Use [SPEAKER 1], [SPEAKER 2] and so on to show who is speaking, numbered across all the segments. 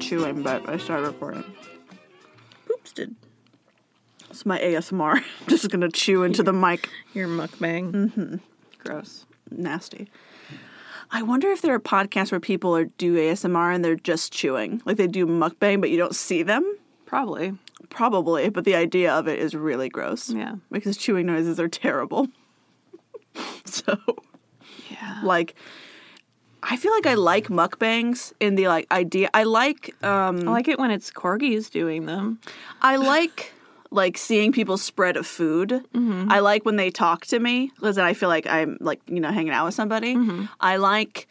[SPEAKER 1] chewing, but I started recording. Oops, did. It's my ASMR. I'm just gonna chew into the mic.
[SPEAKER 2] Your mukbang.
[SPEAKER 1] Gross. Nasty. I wonder if there are podcasts where people are do ASMR and they're just chewing. Like they do mukbang, but you don't see them.
[SPEAKER 2] Probably.
[SPEAKER 1] Probably, but the idea of it is really gross.
[SPEAKER 2] Yeah.
[SPEAKER 1] Because chewing noises are terrible. so,
[SPEAKER 2] Yeah.
[SPEAKER 1] like, I feel like I like mukbangs in the like idea. I like um
[SPEAKER 2] I like it when it's corgis doing them.
[SPEAKER 1] I like like seeing people spread of food. I like when they talk to me because then I feel like I'm like you know hanging out with somebody. I like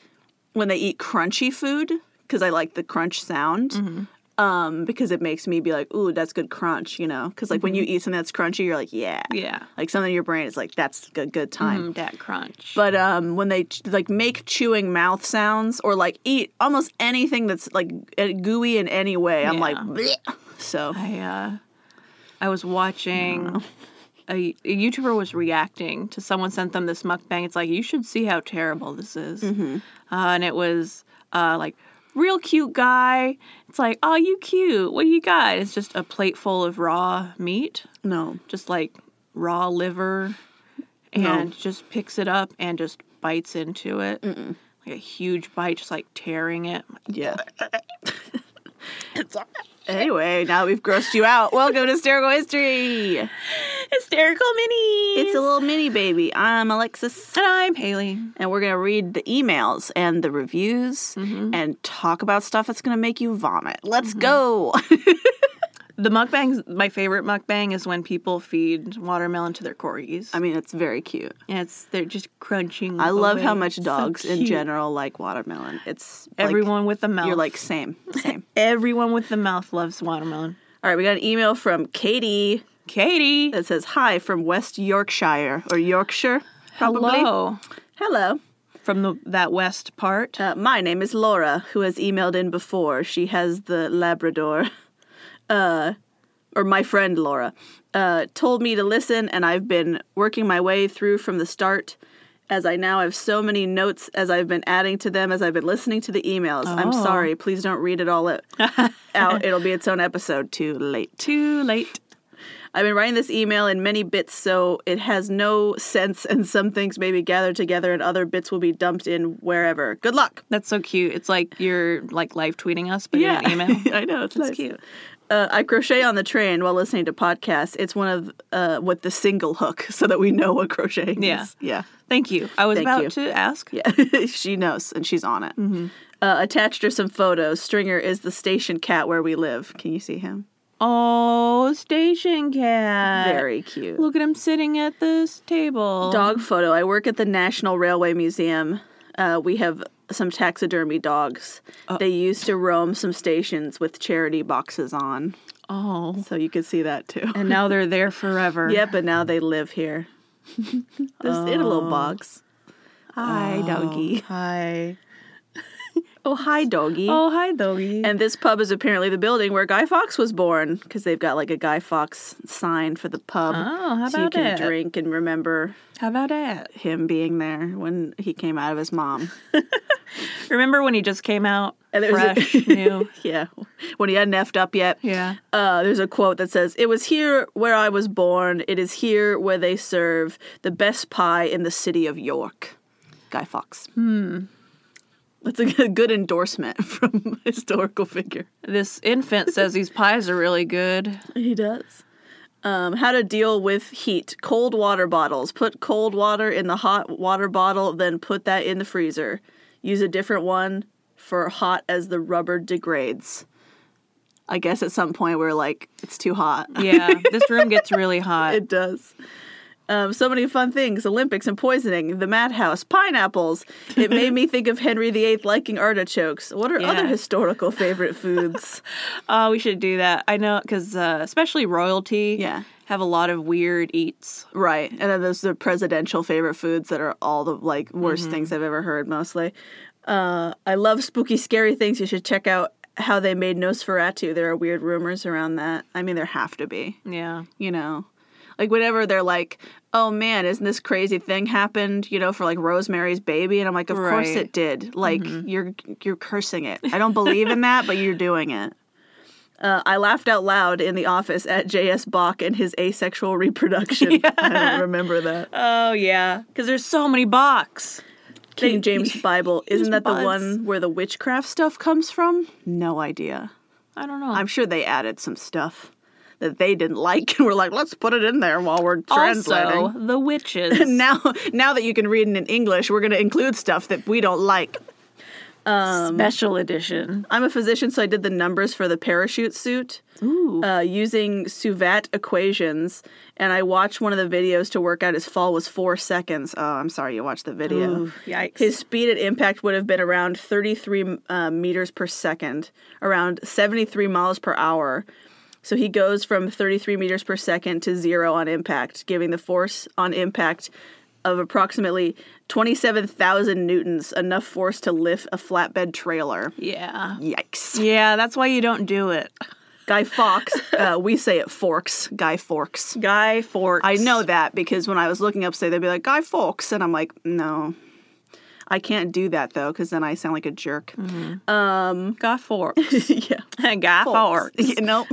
[SPEAKER 1] when they eat crunchy food because I like the crunch sound. Um, because it makes me be like, ooh, that's good crunch, you know. Because like when you eat something that's crunchy, you're like, yeah,
[SPEAKER 2] Yeah.
[SPEAKER 1] Like something in your brain is like, that's a good time.
[SPEAKER 2] Mm, that crunch.
[SPEAKER 1] But um, when they ch- like make chewing mouth sounds or like eat almost anything that's like uh, gooey in any way, I'm
[SPEAKER 2] Yeah.
[SPEAKER 1] like, Bleh. so
[SPEAKER 2] I uh, I was watching. A, a YouTuber was reacting to someone sent them this mukbang. It's like you should see how terrible this is, uh, and it was uh, like real cute guy. It's like, oh, you cute. What do you got? It's just a plate full of raw meat,
[SPEAKER 1] no,
[SPEAKER 2] just like raw liver, and just picks it up and just bites into it, like a huge bite, just like tearing it.
[SPEAKER 1] Yeah. anyway, now that we've grossed you out, welcome to Hysterical History.
[SPEAKER 2] Hysterical minis.
[SPEAKER 1] It's a little mini baby. I'm Alexis,
[SPEAKER 2] and I'm Haley.
[SPEAKER 1] and we're going to read the emails and the reviews
[SPEAKER 2] Mm-hmm.
[SPEAKER 1] and talk about stuff that's going to make you vomit. Let's go.
[SPEAKER 2] The mukbangs, my favorite mukbang is when people feed watermelon to their corgis.
[SPEAKER 1] I mean, it's very cute.
[SPEAKER 2] and it's they're just crunching.
[SPEAKER 1] I love how
[SPEAKER 2] away.
[SPEAKER 1] much
[SPEAKER 2] Oh, So
[SPEAKER 1] dogs in
[SPEAKER 2] cute.
[SPEAKER 1] general like watermelon. It's like,
[SPEAKER 2] Everyone with the mouth.
[SPEAKER 1] you're like, same, same.
[SPEAKER 2] everyone with the mouth loves watermelon.
[SPEAKER 1] All right, we got an email from Katie
[SPEAKER 2] Katie,
[SPEAKER 1] that says, Hi from West Yorkshire or Yorkshire. Probably.
[SPEAKER 2] hello
[SPEAKER 1] Hello.
[SPEAKER 2] from the that west part.
[SPEAKER 1] Uh, my name is Laura, who has emailed in before. She has the Labrador, uh, or my friend Laura, uh, told me to listen, and I've been working my way through from the start. As I now have so many notes as I've been adding to them as I've been listening to the emails. I'm
[SPEAKER 2] Oh.
[SPEAKER 1] sorry, please don't read it all it- out. It'll be its own episode too late.
[SPEAKER 2] Too late.
[SPEAKER 1] I've been writing this email in many bits, so it has no sense, and some things may be gathered together, and other bits will be dumped in wherever. Good luck.
[SPEAKER 2] That's so cute. It's like you're like live tweeting us, but
[SPEAKER 1] Yeah,
[SPEAKER 2] in an email.
[SPEAKER 1] I know it's
[SPEAKER 2] That's
[SPEAKER 1] nice.
[SPEAKER 2] cute.
[SPEAKER 1] Uh, I crochet on the train while listening to podcasts. It's one of uh, with the single hook, so that we know what crocheting
[SPEAKER 2] Yeah.
[SPEAKER 1] is. Yeah,
[SPEAKER 2] Thank you. I was
[SPEAKER 1] Thank
[SPEAKER 2] about
[SPEAKER 1] you.
[SPEAKER 2] to ask.
[SPEAKER 1] yeah. she knows, and she's on it. Uh, attached are some photos. Stringer is the station cat where we live. Can you see him? Uh,
[SPEAKER 2] Oh, station cat.
[SPEAKER 1] Very cute.
[SPEAKER 2] Look at him sitting at this table.
[SPEAKER 1] Dog photo. I work at the National Railway Museum. Uh, we have some taxidermy dogs. They used to roam some stations with charity boxes on,
[SPEAKER 2] Oh.
[SPEAKER 1] so you could see that too.
[SPEAKER 2] And now they're there forever.
[SPEAKER 1] Yeah, but now they live here. Oh. They're in a little box. Hi, doggy.
[SPEAKER 2] Hi.
[SPEAKER 1] Oh, hi, doggy.
[SPEAKER 2] Oh, hi, doggy.
[SPEAKER 1] And this pub is apparently the building where Guy Fox was born because they've got like a Guy Fox sign for the pub.
[SPEAKER 2] Oh, how
[SPEAKER 1] so you
[SPEAKER 2] about
[SPEAKER 1] can
[SPEAKER 2] it?
[SPEAKER 1] drink and remember
[SPEAKER 2] How about that?
[SPEAKER 1] him being there when he came out of his mom.
[SPEAKER 2] Remember when he just came out?
[SPEAKER 1] And there was a-
[SPEAKER 2] fresh, new.
[SPEAKER 1] yeah, when he hadn't effed up yet.
[SPEAKER 2] Yeah.
[SPEAKER 1] Uh, there's a quote that says, It was here where I was born. It is here where they serve the best pie in the city of York. Guy Fox. Hmm. That's a good good endorsement from a historical figure.
[SPEAKER 2] This infant says these pies are really good.
[SPEAKER 1] He does. Um, how to deal with heat. Cold water bottles. Put cold water in the hot water bottle, then put that in the freezer. Use a different one for hot as the rubber degrades. I guess at some point we're like, it's too hot.
[SPEAKER 2] Yeah. this room gets really hot.
[SPEAKER 1] It does. Um, so many fun things Olympics and poisoning, the madhouse, pineapples. It made me think of Henry VIII liking artichokes. What are other
[SPEAKER 2] Yeah.
[SPEAKER 1] historical favorite foods?
[SPEAKER 2] Oh, we should do that. I know, because uh, especially royalty
[SPEAKER 1] Yeah.
[SPEAKER 2] have a lot of weird eats.
[SPEAKER 1] right. And then there's the presidential favorite foods that are all the like worst things I've ever heard mostly. Uh, I love spooky, scary things. You should check out how they made Nosferatu. There are weird rumors around that. I mean, there have to be.
[SPEAKER 2] Yeah.
[SPEAKER 1] you know Like whenever they're like, "Oh man, isn't this crazy thing happened?" You know, for like Rosemary's Baby, and I'm like, "Of course
[SPEAKER 2] Right. Mm-hmm.
[SPEAKER 1] it did." Like you're you're cursing it. I don't believe in that, but you're doing it. Uh, I laughed out loud in the office at J.S. Bach and his asexual reproduction. I don't remember that.
[SPEAKER 2] Oh yeah, because there's so many box.
[SPEAKER 1] King James Bible. Isn't that the
[SPEAKER 2] buds.
[SPEAKER 1] one where the witchcraft stuff comes from? No idea.
[SPEAKER 2] I don't know.
[SPEAKER 1] I'm sure they added some stuff that they didn't like and were like, let's put it in there while we're translating.
[SPEAKER 2] also the witches.
[SPEAKER 1] now, now that you can read it in English, we're going to include stuff that we don't like.
[SPEAKER 2] Special edition.
[SPEAKER 1] I'm a physician, so I did the numbers for the parachute suit
[SPEAKER 2] Ooh.
[SPEAKER 1] uh, using Suvat equations, and I watched one of the videos to work out his fall was four seconds. Oh, I'm sorry, you watched the video.
[SPEAKER 2] Ooh, yikes.
[SPEAKER 1] His speed at impact would have been around 33 uh, meters per second, around 73 miles per hour. So he goes from 33 meters per second to zero on impact, giving the force on impact of approximately 27,000 newtons, enough force to lift a flatbed trailer.
[SPEAKER 2] yeah.
[SPEAKER 1] Yikes.
[SPEAKER 2] Yeah, that's why you don't do it.
[SPEAKER 1] Guy Fawkes, uh, we say it forks, Guy Forks.
[SPEAKER 2] Guy Fawkes.
[SPEAKER 1] I know that because when I was looking up, say they'd be like Guy Fawkes, and I'm like, no, I can't do that though, because then I sound like a jerk.
[SPEAKER 2] Mm. Guy Fawkes.
[SPEAKER 1] yeah,
[SPEAKER 2] Guy Fawkes.
[SPEAKER 1] You know.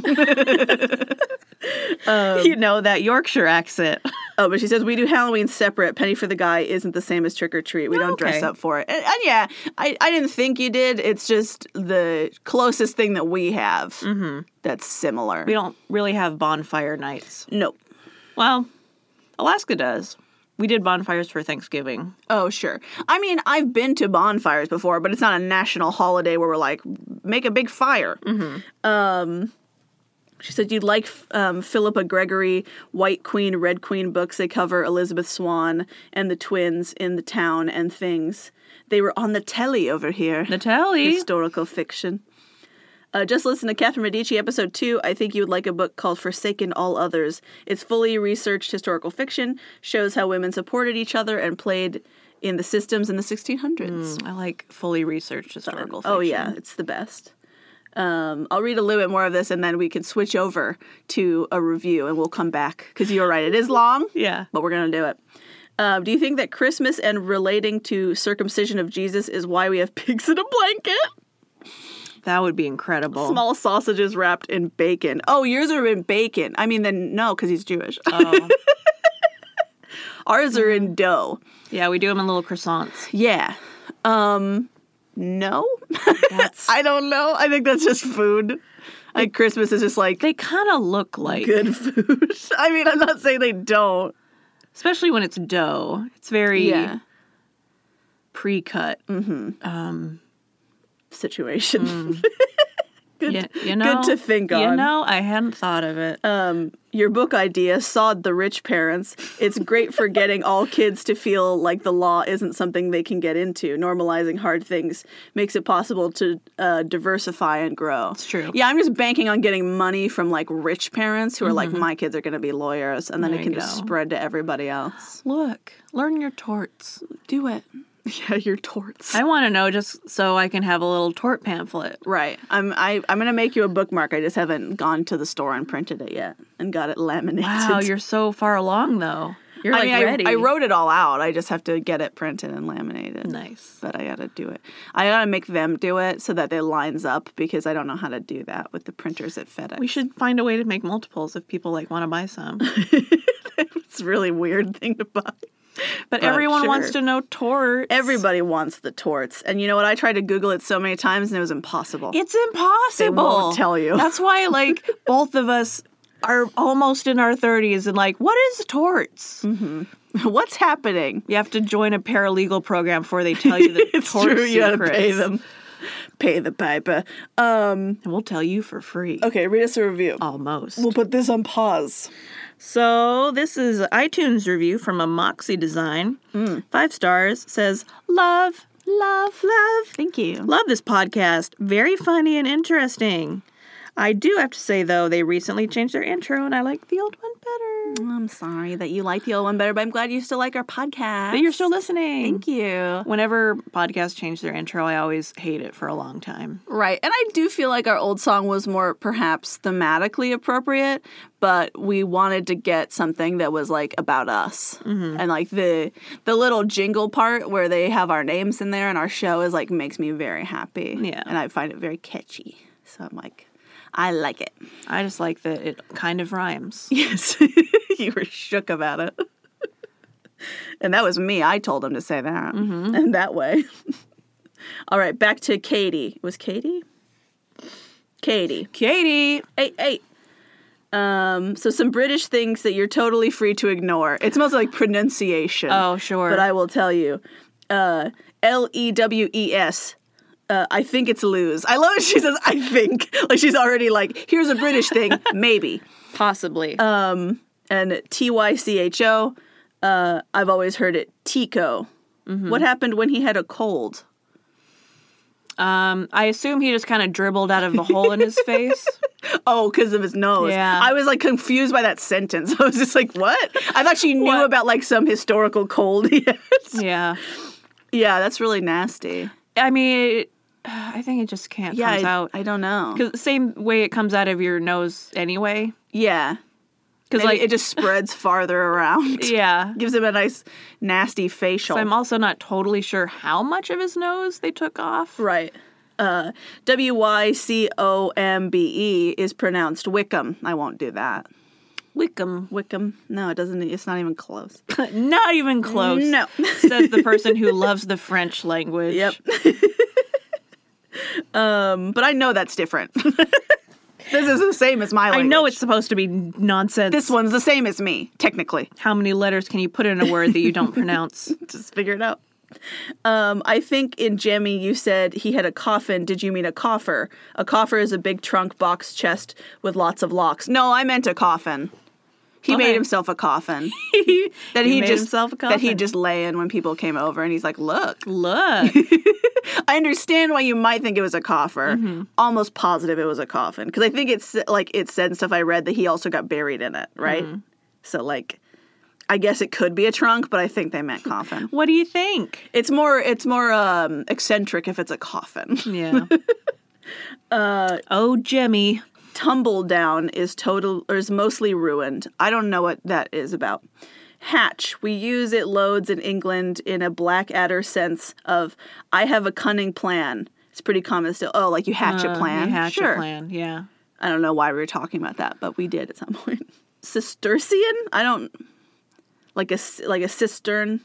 [SPEAKER 2] you know that Yorkshire accent.
[SPEAKER 1] Oh, but she says we do Halloween separate. Penny for the guy isn't the same as trick or treat. We don't dress
[SPEAKER 2] okay.
[SPEAKER 1] up for it. And, and yeah, I, I didn't think you did. It's just the closest thing that we have that's similar.
[SPEAKER 2] Mm-hmm. We don't really have bonfire nights.
[SPEAKER 1] Nope.
[SPEAKER 2] Well, Alaska does. We did bonfires for Thanksgiving.
[SPEAKER 1] Oh, sure. I mean, I've been to bonfires before, but it's not a national holiday where we're like, make a big fire. Um, she said you'd like um, Philippa Gregory, White Queen, Red Queen books. They cover Elizabeth Swan and the twins in the town and things. They were on the telly over here.
[SPEAKER 2] Natalie.
[SPEAKER 1] Historical fiction. Uh, just listen to Catherine Medici, episode two. I think you would like a book called Forsaken All Others. It's fully researched historical fiction, shows how women supported each other and played in the systems in the 1600s.
[SPEAKER 2] I like fully researched Hmm. historical fiction.
[SPEAKER 1] Oh, yeah, it's the best. Um, I'll read a little bit more of this and then we can switch over to a review and we'll come back because you're right, it is long
[SPEAKER 2] Yeah.
[SPEAKER 1] but we're going to do it. Um, do you think that Christmas and relating to circumcision of Jesus is why we have pigs in a blanket?
[SPEAKER 2] That would be incredible.
[SPEAKER 1] Small sausages wrapped in bacon. Oh, yours are in bacon. I mean, then no, because he's Jewish.
[SPEAKER 2] Oh.
[SPEAKER 1] Ours are in dough.
[SPEAKER 2] Yeah, we do them in little croissants.
[SPEAKER 1] Yeah. Um, no,
[SPEAKER 2] That's,
[SPEAKER 1] I don't know. I think that's just food. Like Christmas is just like
[SPEAKER 2] they kind of look like,
[SPEAKER 1] good food. I mean, I'm not saying they don't.
[SPEAKER 2] especially when it's dough. It's very
[SPEAKER 1] Yeah. Mm-hmm.
[SPEAKER 2] pre-cut. Um, Hmm.
[SPEAKER 1] Situation.
[SPEAKER 2] Yeah, you know,
[SPEAKER 1] to think
[SPEAKER 2] You
[SPEAKER 1] on. Uh,
[SPEAKER 2] know, I hadn't thought of it.
[SPEAKER 1] Your book idea sawed the rich parents. It's great for getting all kids to feel like the law isn't something they can get into. Normalizing hard things makes it possible to uh, diversify and grow. It's
[SPEAKER 2] true.
[SPEAKER 1] Yeah, I'm just banking on getting money from like rich parents who are like, my kids are going to be lawyers, and then
[SPEAKER 2] There
[SPEAKER 1] it can
[SPEAKER 2] you
[SPEAKER 1] just
[SPEAKER 2] go.
[SPEAKER 1] spread to everybody else.
[SPEAKER 2] Look, learn your torts.
[SPEAKER 1] Do it. Yeah, your torts.
[SPEAKER 2] I want to know just so I can have a little tort pamphlet.
[SPEAKER 1] right. I'm I, I'm going to make you a bookmark. I just haven't gone to the store and printed it yet and got it laminated.
[SPEAKER 2] Wow, you're so far along though. You're
[SPEAKER 1] I
[SPEAKER 2] like
[SPEAKER 1] mean, I-
[SPEAKER 2] ready.
[SPEAKER 1] I, wrote it all out. I just have to get it printed and laminated.
[SPEAKER 2] nice.
[SPEAKER 1] But I gotta do it. I gotta make them do it so that it lines up because I don't know how to do that with the printers at FedEx.
[SPEAKER 2] We should find a way to make multiples if people like want to buy some.
[SPEAKER 1] it's a really weird thing to buy.
[SPEAKER 2] But everyone wants
[SPEAKER 1] Uh, sure.
[SPEAKER 2] to know torts.
[SPEAKER 1] Everybody wants the torts, and you know what? I tried to Google it so many times and it was impossible.
[SPEAKER 2] It's impossible.
[SPEAKER 1] tell you.
[SPEAKER 2] That's why, like, both of us are almost in our 30s and, like, what is torts?
[SPEAKER 1] Mm. What's happening?
[SPEAKER 2] You have to join a paralegal program before they tell you the
[SPEAKER 1] It's
[SPEAKER 2] torts
[SPEAKER 1] true. You gotta
[SPEAKER 2] secrets.
[SPEAKER 1] pay them. Pay the piper. Um.
[SPEAKER 2] And we'll tell you for free.
[SPEAKER 1] Okay, read us a review.
[SPEAKER 2] Almost.
[SPEAKER 1] We'll put this on pause.
[SPEAKER 2] So this is an iTunes review from a Moxie Design.
[SPEAKER 1] Mm.
[SPEAKER 2] Five stars says love, love, love.
[SPEAKER 1] Thank you.
[SPEAKER 2] Love this podcast. Very funny and interesting. I do have to say though, they recently changed their intro, and I like the old one better.
[SPEAKER 1] I'm sorry that you like the old one better, but I'm glad you still like our podcast.
[SPEAKER 2] But you're still listening.
[SPEAKER 1] Thank you.
[SPEAKER 2] Whenever podcasts change their intro, I always hate it for a long time.
[SPEAKER 1] Right. And I do feel like our old song was more perhaps thematically appropriate, but we wanted to get something that was like about us. And like the the little jingle part where they have our names in there and our show is like makes me very happy.
[SPEAKER 2] Yeah.
[SPEAKER 1] And I find it very catchy. So I'm like I like it.
[SPEAKER 2] I just like that it kind of rhymes.
[SPEAKER 1] Yes. you were shook about it. and that was me. I told him to say that.
[SPEAKER 2] Mm-hmm.
[SPEAKER 1] And that way. All right, back to Katie. Was Katie? Katie.
[SPEAKER 2] Katie,
[SPEAKER 1] Hey, hey. Um, so some British things that you're totally free to ignore. It's mostly like pronunciation.
[SPEAKER 2] Oh, sure.
[SPEAKER 1] But I will tell you. Uh L E W E S. Uh, I think it's lose. I love it. She says, I think. Like she's already like, here's a British thing, maybe
[SPEAKER 2] possibly.
[SPEAKER 1] and T Y C H O. Uh, I've always heard it Tico.
[SPEAKER 2] Mm-hmm.
[SPEAKER 1] What happened when he had a cold?
[SPEAKER 2] um, I assume he just kind of dribbled out of the hole in his face.
[SPEAKER 1] Oh, because of his nose.
[SPEAKER 2] Yeah.
[SPEAKER 1] I was like confused by that sentence. I was just like, what? I thought she knew about like some historical cold. he had.
[SPEAKER 2] Yeah.
[SPEAKER 1] yeah, that's really nasty.
[SPEAKER 2] I mean, it, I think it just can't
[SPEAKER 1] Yeah,
[SPEAKER 2] comes
[SPEAKER 1] I,
[SPEAKER 2] out.
[SPEAKER 1] I don't know.
[SPEAKER 2] Cause the same way it comes out of your nose anyway.
[SPEAKER 1] Yeah,
[SPEAKER 2] Because
[SPEAKER 1] because like
[SPEAKER 2] like,
[SPEAKER 1] it just spreads farther around.
[SPEAKER 2] yeah.
[SPEAKER 1] Gives him a nice nasty facial.
[SPEAKER 2] So I'm also not totally sure how much of his nose they took off.
[SPEAKER 1] Right. Uh, w Y C O M B E is pronounced Wickham. I won't do that.
[SPEAKER 2] Wickham.
[SPEAKER 1] Wickham. No, it doesn't. e, It's not even close.
[SPEAKER 2] Not even close.
[SPEAKER 1] No.
[SPEAKER 2] Says the person who loves the French language.
[SPEAKER 1] Yep. um, but I know that's different. this is the same as my
[SPEAKER 2] I
[SPEAKER 1] language.
[SPEAKER 2] know it's supposed to be nonsense.
[SPEAKER 1] this one's the same as me, technically.
[SPEAKER 2] How many letters can you put in a word that you don't pronounce?
[SPEAKER 1] Just figure it out. Um, I think in Jimmy you said he had a coffin. Did you mean a coffer? A coffer is a big trunk box chest with lots of locks. No, I meant a coffin. He
[SPEAKER 2] Okay.
[SPEAKER 1] made himself a coffin that he,
[SPEAKER 2] made
[SPEAKER 1] just
[SPEAKER 2] himself a
[SPEAKER 1] that he
[SPEAKER 2] coffin.
[SPEAKER 1] just lay in when people came over, and he's like, "Look,
[SPEAKER 2] Look.
[SPEAKER 1] I understand why you might think it was a coffer.
[SPEAKER 2] Mm-hmm.
[SPEAKER 1] Almost positive it was a coffin because I think it's like it said and stuff I read that he also got buried in it, right?
[SPEAKER 2] Mm-hmm.
[SPEAKER 1] So like, I guess it could be a trunk, but I think they meant coffin.
[SPEAKER 2] What do you think?
[SPEAKER 1] it's more it's more um, eccentric if it's a coffin.
[SPEAKER 2] Yeah. uh, oh, Jimmy.
[SPEAKER 1] Tumble down is total or is mostly ruined. I don't know what that is about. Hatch. We use it loads in England in a Blackadder sense of I have a cunning plan. It's pretty common still. Oh, like you hatch a
[SPEAKER 2] Uh,
[SPEAKER 1] plan.
[SPEAKER 2] you hatch
[SPEAKER 1] sure.
[SPEAKER 2] a plan. Yeah.
[SPEAKER 1] I don't know why we were talking about that, but we did at some point. Cistercian? I don't like a c- like a cistern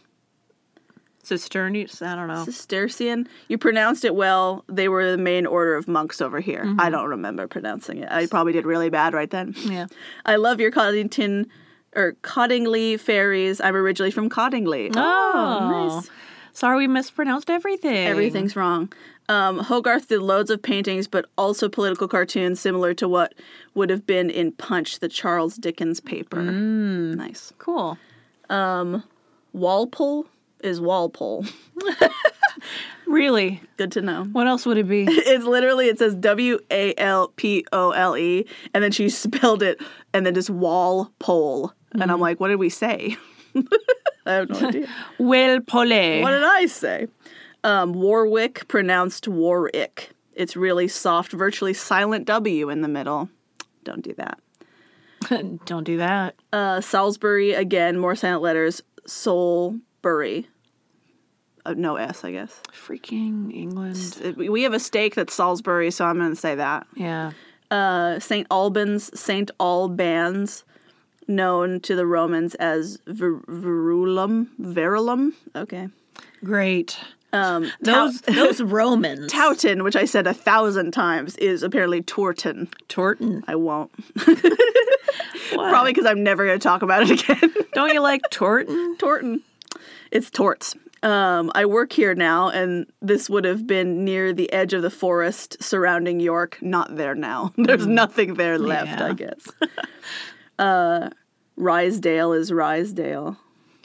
[SPEAKER 2] Cisternius. I don't know.
[SPEAKER 1] Cistercian. You pronounced it well. They were the main order of monks over here. I don't remember pronouncing it. I probably did really bad right then.
[SPEAKER 2] Mm-hmm. yeah.
[SPEAKER 1] I love your Coddington or Cottingley fairies. I'm originally from Cottingley.
[SPEAKER 2] Oh, Sorry, we mispronounced everything.
[SPEAKER 1] Everything's wrong. Um, Hogarth did loads of paintings, but also political cartoons similar to what would have been in Punch, the Charles Dickens paper. Nice.
[SPEAKER 2] cool.
[SPEAKER 1] Walpole is Walpole.
[SPEAKER 2] Really?
[SPEAKER 1] Good to know.
[SPEAKER 2] What else would it be?
[SPEAKER 1] It's literally it says W A L P O L E, and then she spelled it, and then just Walpole, and I'm like, what did we say? I have no idea.
[SPEAKER 2] well, pole.
[SPEAKER 1] What did I say? Um, Warwick, pronounced Warwick. It's really soft, virtually silent W in the middle. Don't do that.
[SPEAKER 2] Don't do that.
[SPEAKER 1] Uh, Salisbury, again, more silent letters. Solbury. Uh, no S, I guess.
[SPEAKER 2] Freaking England.
[SPEAKER 1] It- We have a steak that's Salisbury, so I'm going to say that.
[SPEAKER 2] Yeah.
[SPEAKER 1] Uh, St. Albans, St. Albans, known to the Romans as Vir- Virulum. Virulum? Okay.
[SPEAKER 2] Great.
[SPEAKER 1] Um,
[SPEAKER 2] Those those Romans.
[SPEAKER 1] Towton, which I said a thousand times, is apparently Torton.
[SPEAKER 2] Torton.
[SPEAKER 1] I won't. Probably because I'm never going to talk about it again.
[SPEAKER 2] Don't you like Torton?
[SPEAKER 1] Torton. It's torts. Um, I work here now, and this would have been near the edge of the forest surrounding York. Not there now. There's nothing there left,
[SPEAKER 2] Yeah.
[SPEAKER 1] I guess. uh, Risedale is Risedale.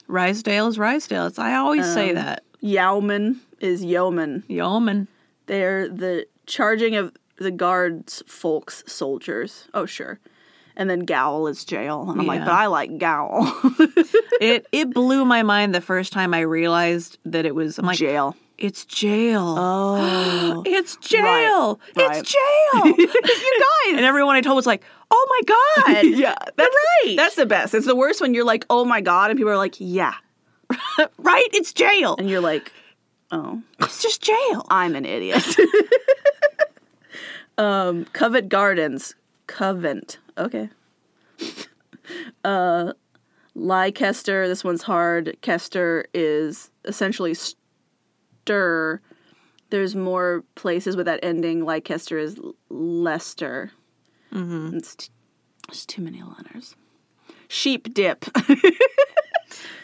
[SPEAKER 2] Risedale is Risedale. It's, I always say
[SPEAKER 1] Um,
[SPEAKER 2] that.
[SPEAKER 1] Yeoman is Yeoman.
[SPEAKER 2] Yeoman.
[SPEAKER 1] They're the charging of the guards, folks, soldiers. Oh, sure. And then Gowl is jail. And I'm like,
[SPEAKER 2] Yeah.
[SPEAKER 1] but I like Gowl.
[SPEAKER 2] It it blew my mind the first time I realized that it was. I'm like,
[SPEAKER 1] jail.
[SPEAKER 2] it's jail.
[SPEAKER 1] Oh.
[SPEAKER 2] It's jail.
[SPEAKER 1] right.
[SPEAKER 2] It's jail. you guys. And everyone I told was like, oh my God.
[SPEAKER 1] yeah. That's
[SPEAKER 2] right.
[SPEAKER 1] That's the best. It's the worst when you're like, oh my God. And people are like, yeah.
[SPEAKER 2] right? It's jail.
[SPEAKER 1] And you're like, oh.
[SPEAKER 2] It's just jail.
[SPEAKER 1] I'm an idiot. um, Covent Gardens, Covent. Okay. uh, Leicester. This one's hard. Kester is essentially stir. There's more places with that ending. Leicester is L- Leicester. Mm-hmm. It's t- it's too many letters. Sheep dip.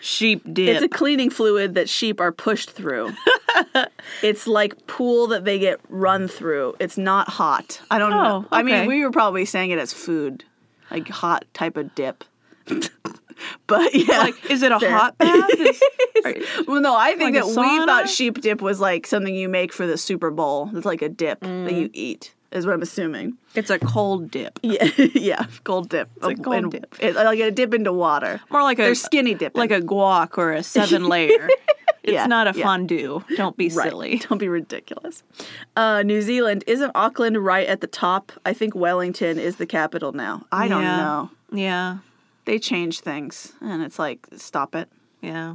[SPEAKER 2] Sheep
[SPEAKER 1] It's
[SPEAKER 2] dip.
[SPEAKER 1] a cleaning fluid that sheep are pushed through. it's like pool that they get run through. It's not hot. I don't know.
[SPEAKER 2] Oh,
[SPEAKER 1] I mean,
[SPEAKER 2] okay.
[SPEAKER 1] we were probably saying it as food, like hot type of dip. but yeah,
[SPEAKER 2] like, is it a
[SPEAKER 1] There.
[SPEAKER 2] hot bath? Is- are-
[SPEAKER 1] well, no, I think
[SPEAKER 2] like
[SPEAKER 1] that
[SPEAKER 2] a
[SPEAKER 1] we thought
[SPEAKER 2] sauna?
[SPEAKER 1] sheep dip was like something you make for the Super Bowl. It's like a dip that
[SPEAKER 2] Mm.
[SPEAKER 1] you eat. Is what I'm assuming.
[SPEAKER 2] it's a cold dip.
[SPEAKER 1] Yeah, yeah, gold dip.
[SPEAKER 2] like
[SPEAKER 1] Oh,
[SPEAKER 2] gold
[SPEAKER 1] and
[SPEAKER 2] dip.
[SPEAKER 1] It, like a dip into water.
[SPEAKER 2] More like a
[SPEAKER 1] They're skinny dipping.
[SPEAKER 2] like a guac or a seven layer. It's
[SPEAKER 1] Yeah,
[SPEAKER 2] not a
[SPEAKER 1] yeah.
[SPEAKER 2] fondue. Don't be
[SPEAKER 1] Right.
[SPEAKER 2] silly.
[SPEAKER 1] Don't be ridiculous. Uh, New Zealand isn't Auckland right at the top. I think Wellington is the capital now. I don't
[SPEAKER 2] Yeah.
[SPEAKER 1] know.
[SPEAKER 2] Yeah.
[SPEAKER 1] They change things, and it's like stop it.
[SPEAKER 2] Yeah.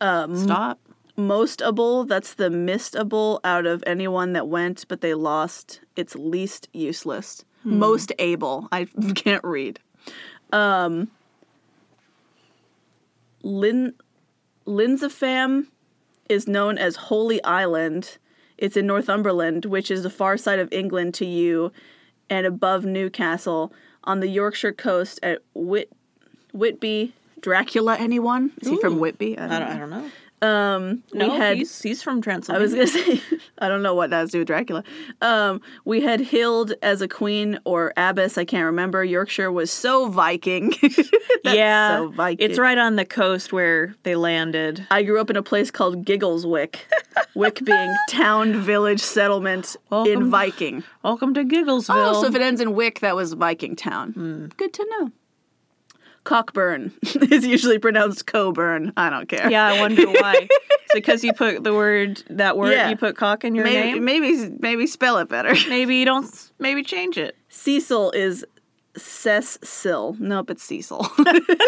[SPEAKER 2] Stop.
[SPEAKER 1] Mostable. That's the mistable out of anyone that went, but they lost. It's least useless.
[SPEAKER 2] Hmm.
[SPEAKER 1] Most able. I can't read. Um, Lin Linzafam is known as Holy Island. It's in Northumberland, which is the far side of England to you, and above Newcastle on the Yorkshire coast at Whit- Whitby. Dracula, anyone? Is he from
[SPEAKER 2] Ooh.
[SPEAKER 1] Whitby?
[SPEAKER 2] I don't, I don't know.
[SPEAKER 1] Um,
[SPEAKER 2] No,
[SPEAKER 1] we had.
[SPEAKER 2] he's, he's from
[SPEAKER 1] I
[SPEAKER 2] Transylvania.
[SPEAKER 1] was gonna say, I don't know what that has to do with Dracula. Um, we had Hild as a queen or abbess. I can't remember. Yorkshire was so Viking. That's
[SPEAKER 2] yeah,
[SPEAKER 1] so Viking.
[SPEAKER 2] it's right on the coast where they landed.
[SPEAKER 1] I grew up in a place called Giggleswick. Wick being town, village, settlement in
[SPEAKER 2] Welcome.
[SPEAKER 1] Viking.
[SPEAKER 2] Welcome to Gigglesville.
[SPEAKER 1] Oh, so if it ends in Wick, that was Viking town. Good to know. Hmm. Cockburn is usually pronounced Coburn. I don't care.
[SPEAKER 2] yeah, I wonder why. It's because you put the word that word
[SPEAKER 1] Yeah.
[SPEAKER 2] you put cock in your
[SPEAKER 1] Maybe,
[SPEAKER 2] name.
[SPEAKER 1] maybe maybe spell it better.
[SPEAKER 2] Maybe you don't. s- Maybe change it.
[SPEAKER 1] Cecil is Cecil. Nope, it's Cecil.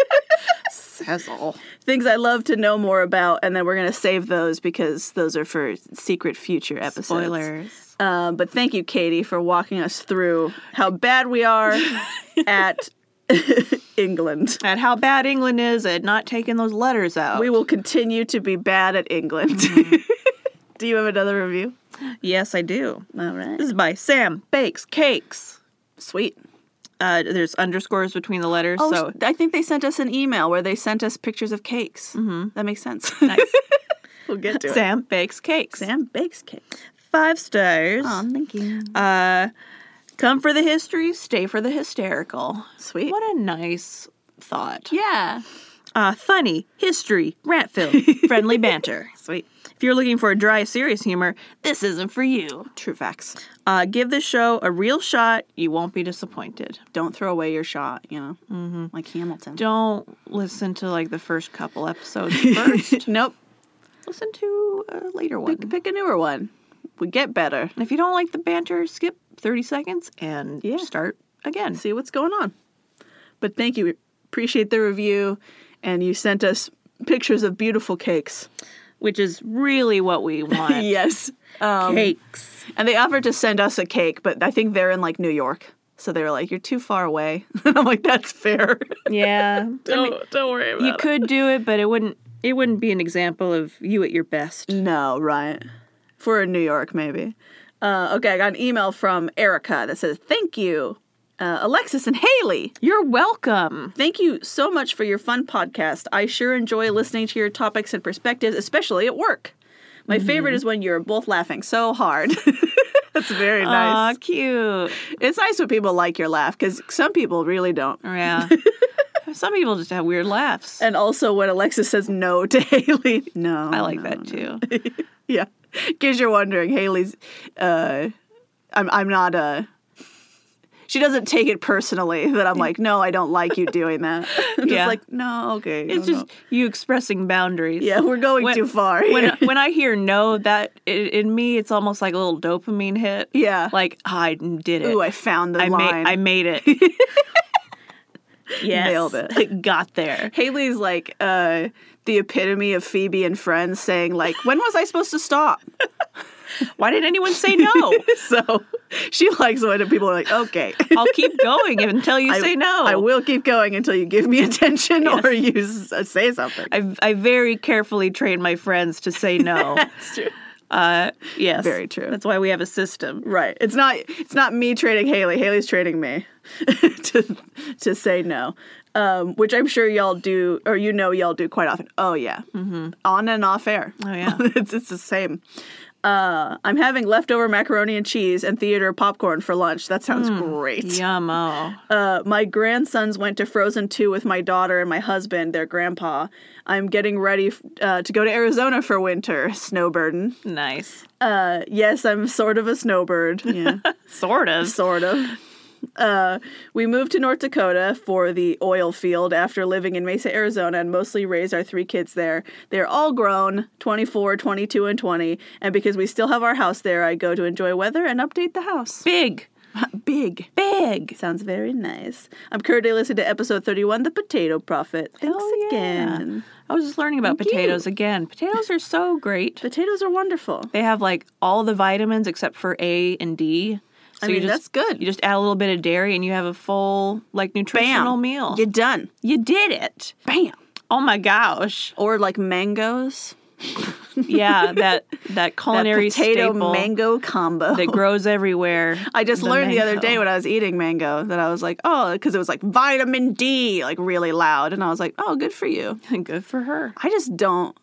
[SPEAKER 2] Cecil.
[SPEAKER 1] Things I love to know more about, and then we're gonna save those because those are for secret future episodes.
[SPEAKER 2] Spoilers.
[SPEAKER 1] Um, but thank you, Katie, for walking us through how bad we are at England.
[SPEAKER 2] At how bad England is at not taking those letters out.
[SPEAKER 1] We will continue to be bad at England. Do you have another review?
[SPEAKER 2] yes, I do.
[SPEAKER 1] All right.
[SPEAKER 2] This is by Sam Bakes Cakes.
[SPEAKER 1] Sweet.
[SPEAKER 2] Uh, there's underscores between the letters,
[SPEAKER 1] Oh,
[SPEAKER 2] so
[SPEAKER 1] I think they sent us an email where they sent us pictures of cakes. Mm-hmm. That makes sense.
[SPEAKER 2] Nice.
[SPEAKER 1] we'll get to it.
[SPEAKER 2] Sam Bakes Cakes. Um,
[SPEAKER 1] Sam bakes cakes.
[SPEAKER 2] Five stars.
[SPEAKER 1] thank you.
[SPEAKER 2] Uh, come for the history, stay for the hysterical.
[SPEAKER 1] Sweet.
[SPEAKER 2] What a nice thought.
[SPEAKER 1] Yeah.
[SPEAKER 2] Uh, funny, history, rant filled, friendly banter.
[SPEAKER 1] Sweet.
[SPEAKER 2] If you're looking for a dry, serious humor, this isn't for you.
[SPEAKER 1] True facts.
[SPEAKER 2] Uh, give this show a real shot. You won't be disappointed.
[SPEAKER 1] Don't throw away your shot, you know, mm-hmm. like Hamilton.
[SPEAKER 2] Don't listen to like the first couple episodes first.
[SPEAKER 1] nope.
[SPEAKER 2] listen to a later one.
[SPEAKER 1] Pick a newer one. We get better.
[SPEAKER 2] And if you don't like the banter, skip 30 seconds and
[SPEAKER 1] Yeah.
[SPEAKER 2] start again.
[SPEAKER 1] See what's going on. But thank you. We appreciate the review. And you sent us pictures of beautiful cakes.
[SPEAKER 2] Which is really what we want.
[SPEAKER 1] Yes. Um,
[SPEAKER 2] Cakes.
[SPEAKER 1] And they offered to send us a cake, but I think they're in like New York. So they were like, you're too far away. And I'm like, that's fair.
[SPEAKER 2] Yeah.
[SPEAKER 1] don't worry about
[SPEAKER 2] you could do it, but it wouldn't it wouldn't be an example of you at your best.
[SPEAKER 1] No, right. For in New York, maybe. Uh, okay, I got an email from Erica that says, Thank you, uh, Alexis and Haley.
[SPEAKER 2] You're welcome.
[SPEAKER 1] Thank you so much for your fun podcast. I sure enjoy listening to your topics and perspectives, especially at work. My favorite is when you're both laughing so hard. That's very nice.
[SPEAKER 2] Aw, cute.
[SPEAKER 1] it's nice when people like your laugh because some people really don't.
[SPEAKER 2] Oh, Yeah. Some people just have weird laughs.
[SPEAKER 1] And also when Alexis says no to Haley, no.
[SPEAKER 2] I like
[SPEAKER 1] no,
[SPEAKER 2] that too.
[SPEAKER 1] yeah. In case you're wondering, Haley's, uh, I'm, I'm not a. uh, she doesn't take it personally that I'm like, no, I don't like you doing that. I'm just
[SPEAKER 2] Yeah.
[SPEAKER 1] like, no, okay.
[SPEAKER 2] It's
[SPEAKER 1] no, no."
[SPEAKER 2] just you expressing boundaries.
[SPEAKER 1] yeah, we're going
[SPEAKER 2] When-
[SPEAKER 1] too far.
[SPEAKER 2] when
[SPEAKER 1] here.
[SPEAKER 2] when I hear no, that i in me, it's almost like a little dopamine hit.
[SPEAKER 1] yeah,
[SPEAKER 2] Like "Ah, I did it.
[SPEAKER 1] ooh, I found the
[SPEAKER 2] I made
[SPEAKER 1] line.
[SPEAKER 2] I made it. yes,
[SPEAKER 1] Nailed it.
[SPEAKER 2] Got there.
[SPEAKER 1] Haley's like uh, the epitome of Phoebe and Friends saying like, when was I supposed to stop?
[SPEAKER 2] Why did anyone say no?
[SPEAKER 1] so she likes when people are like, okay.
[SPEAKER 2] I'll keep going until you
[SPEAKER 1] I-
[SPEAKER 2] say no.
[SPEAKER 1] I will keep going until you give me attention or you s- say something.
[SPEAKER 2] I, I very carefully train my friends to say no.
[SPEAKER 1] That's true.
[SPEAKER 2] uh, yes,
[SPEAKER 1] Very true.
[SPEAKER 2] That's why we have a system.
[SPEAKER 1] Right. It's not it's not me trading Haley. Haley's trading me to to say no. Um, which I'm sure y'all do or you know y'all do quite often. Oh yeah. Mm-hmm. On and off air.
[SPEAKER 2] Oh, yeah.
[SPEAKER 1] it's it's the same. Uh, I'm having leftover macaroni and cheese and theater popcorn for lunch. That sounds great.
[SPEAKER 2] Yummo.
[SPEAKER 1] Uh, my grandsons went to Frozen 2 with my daughter and my husband, their grandpa. I'm getting ready f- uh, to go to Arizona for winter, snow burden.
[SPEAKER 2] Nice.
[SPEAKER 1] Uh, yes, I'm sort of a snowbird. Yeah.
[SPEAKER 2] Sort of.
[SPEAKER 1] sort of. Uh, we moved to North Dakota for the oil field after living in Mesa, Arizona, and mostly raised our three kids there. They're all grown 24, 22, and 20. And because we still have our house there, I go to enjoy weather and update the house.
[SPEAKER 2] Big.
[SPEAKER 1] Big.
[SPEAKER 2] Big.
[SPEAKER 1] Sounds very nice. I'm currently listening to episode 31, The Potato Prophet. Thanks
[SPEAKER 2] Oh, yeah.
[SPEAKER 1] again.
[SPEAKER 2] I was just learning about
[SPEAKER 1] Thank you.
[SPEAKER 2] potatoes again. Potatoes are so great.
[SPEAKER 1] Potatoes are wonderful.
[SPEAKER 2] They have like all the vitamins except for A and D. So
[SPEAKER 1] I mean,
[SPEAKER 2] you just,
[SPEAKER 1] that's good.
[SPEAKER 2] You just add a little bit of dairy and you have a full like nutritional meal.
[SPEAKER 1] You're done.
[SPEAKER 2] you did it.
[SPEAKER 1] Bam.
[SPEAKER 2] Oh my gosh.
[SPEAKER 1] Or like mangoes.
[SPEAKER 2] Yeah, that that
[SPEAKER 1] That
[SPEAKER 2] culinary
[SPEAKER 1] potato
[SPEAKER 2] staple
[SPEAKER 1] mango combo.
[SPEAKER 2] that grows everywhere.
[SPEAKER 1] I just
[SPEAKER 2] The
[SPEAKER 1] learned the other
[SPEAKER 2] mango.
[SPEAKER 1] day when I was eating mango that I was like, oh, because it was like vitamin D, like really loud. And I was like, oh, good for you.
[SPEAKER 2] Good for her.
[SPEAKER 1] I just don't,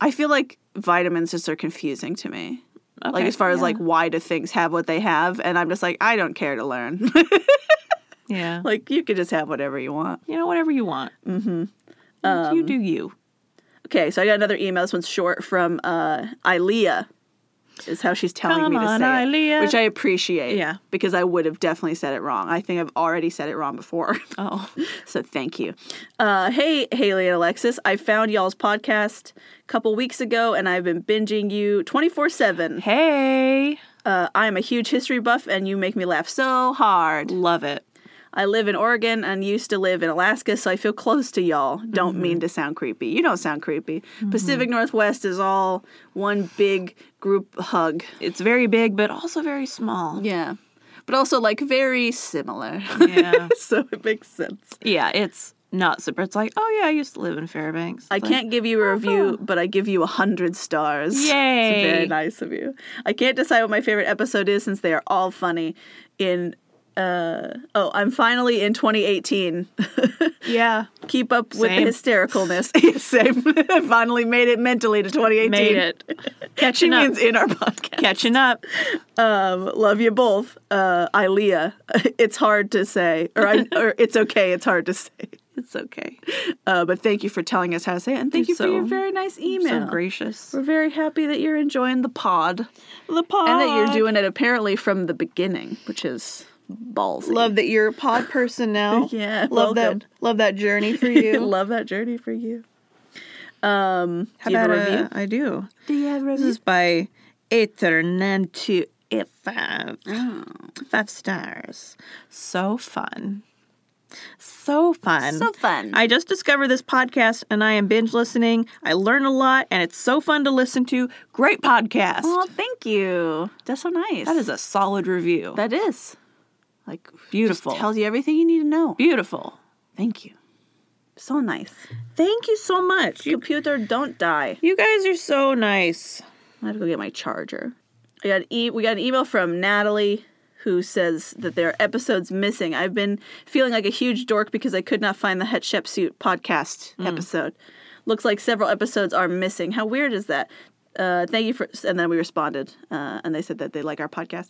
[SPEAKER 1] I feel like vitamins just are confusing to me. like,
[SPEAKER 2] Okay,
[SPEAKER 1] as far as
[SPEAKER 2] yeah.
[SPEAKER 1] like, why do things have what they have? And I'm just like, I don't care to learn.
[SPEAKER 2] Yeah.
[SPEAKER 1] like, you could just have whatever you want.
[SPEAKER 2] you know, whatever you want. Mm-hmm. you do you.
[SPEAKER 1] Okay, so I got another email. This one's short from uh, Ilea, is how she's telling
[SPEAKER 2] Come
[SPEAKER 1] me to
[SPEAKER 2] on,
[SPEAKER 1] say
[SPEAKER 2] Ilea.
[SPEAKER 1] it, which I appreciate.
[SPEAKER 2] Yeah.
[SPEAKER 1] because I would have definitely said it wrong. I think I've already said it wrong before.
[SPEAKER 2] Oh,
[SPEAKER 1] So thank you. Uh, hey, Haley and Alexis, I found y'all's podcast a couple weeks ago, and I've been binging you 24 7.
[SPEAKER 2] hey,
[SPEAKER 1] Uh, I'm a huge history buff, and you make me laugh so hard.
[SPEAKER 2] love it.
[SPEAKER 1] I live in Oregon and used to live in Alaska, so I feel close to y'all. Don't mean to sound creepy. You don't sound creepy. Pacific Northwest is all one big group hug.
[SPEAKER 2] It's very big, but also very small.
[SPEAKER 1] Yeah. But also, like, very similar.
[SPEAKER 2] Yeah,
[SPEAKER 1] so it makes sense.
[SPEAKER 2] yeah. It's not super. It's like, oh yeah, I used to live in Fairbanks.
[SPEAKER 1] I
[SPEAKER 2] It's like,
[SPEAKER 1] can't give you a review, but I give you a hundred stars.
[SPEAKER 2] Yay.
[SPEAKER 1] It's very nice of you. I can't decide what my favorite episode is since they are all funny. In uh oh, I'm finally in 2018.
[SPEAKER 2] Yeah,
[SPEAKER 1] Keep up with
[SPEAKER 2] Same.
[SPEAKER 1] the hystericalness. Same. finally made it mentally to 2018.
[SPEAKER 2] made it.
[SPEAKER 1] She
[SPEAKER 2] Catching up.
[SPEAKER 1] means in our podcast.
[SPEAKER 2] Catching up.
[SPEAKER 1] Um, love you both. Uh, Ilea. It's hard to say, or I, or it's okay. It's hard to say.
[SPEAKER 2] It's okay.
[SPEAKER 1] Uh, but thank you for telling us how to say it, and thank
[SPEAKER 2] You're
[SPEAKER 1] you for your
[SPEAKER 2] so-
[SPEAKER 1] very nice email.
[SPEAKER 2] So gracious.
[SPEAKER 1] We're very happy that you're enjoying the pod
[SPEAKER 2] The pod.
[SPEAKER 1] and that you're doing it apparently from the beginning, which is ballsy.
[SPEAKER 2] Love that you're a pod person now.
[SPEAKER 1] Yeah,
[SPEAKER 2] Love
[SPEAKER 1] welcome.
[SPEAKER 2] that. Love that journey for you.
[SPEAKER 1] Love that journey for you. Um,
[SPEAKER 2] How
[SPEAKER 1] do you have a
[SPEAKER 2] about, uh,
[SPEAKER 1] review?
[SPEAKER 2] I do.
[SPEAKER 1] do you have a
[SPEAKER 2] This is by Eternantu Five.
[SPEAKER 1] Oh.
[SPEAKER 2] Five stars. So fun. So fun.
[SPEAKER 1] So fun.
[SPEAKER 2] I just discovered this podcast and I am binge listening. I learn a lot and it's so fun to listen to. Great podcast.
[SPEAKER 1] Oh, thank you. That's so nice.
[SPEAKER 2] That is a solid review.
[SPEAKER 1] that is like
[SPEAKER 2] Beautiful.
[SPEAKER 1] just tells you everything you need to know.
[SPEAKER 2] Beautiful.
[SPEAKER 1] Thank you. So nice.
[SPEAKER 2] Thank you so much. You,
[SPEAKER 1] Computer, don't die.
[SPEAKER 2] you guys are so nice.
[SPEAKER 1] I have to go get my charger. I got an e- we got an email from Natalie who says that there are episodes missing. I've been feeling like a huge dork because I could not find the Het Shepsuit podcast episode. Looks like several episodes are missing. How weird is that? Uh, thank you for. And then we responded, uh, and they said that they like our podcast.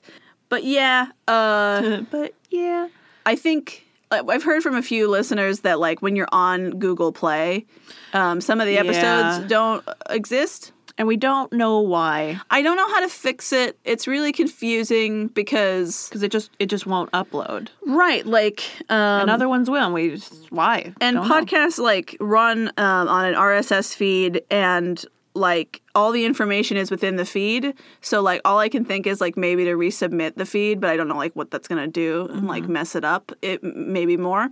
[SPEAKER 1] But yeah, uh,
[SPEAKER 2] but yeah.
[SPEAKER 1] I think I- I've heard from a few listeners that like when you're on Google Play, um, some of the episodes
[SPEAKER 2] Yeah.
[SPEAKER 1] don't exist.
[SPEAKER 2] and we don't know why
[SPEAKER 1] I don't know how to fix it. It's really confusing because
[SPEAKER 2] because it just it just won't upload.
[SPEAKER 1] right, like um,
[SPEAKER 2] and other ones will. And we just, why
[SPEAKER 1] and
[SPEAKER 2] Don't know.
[SPEAKER 1] podcasts like run um, on an RSS feed and like all the information is within the feed so like all i can think is like maybe to resubmit the feed but i don't know like what that's gonna do and
[SPEAKER 2] Mm-hmm.
[SPEAKER 1] like mess it up it maybe more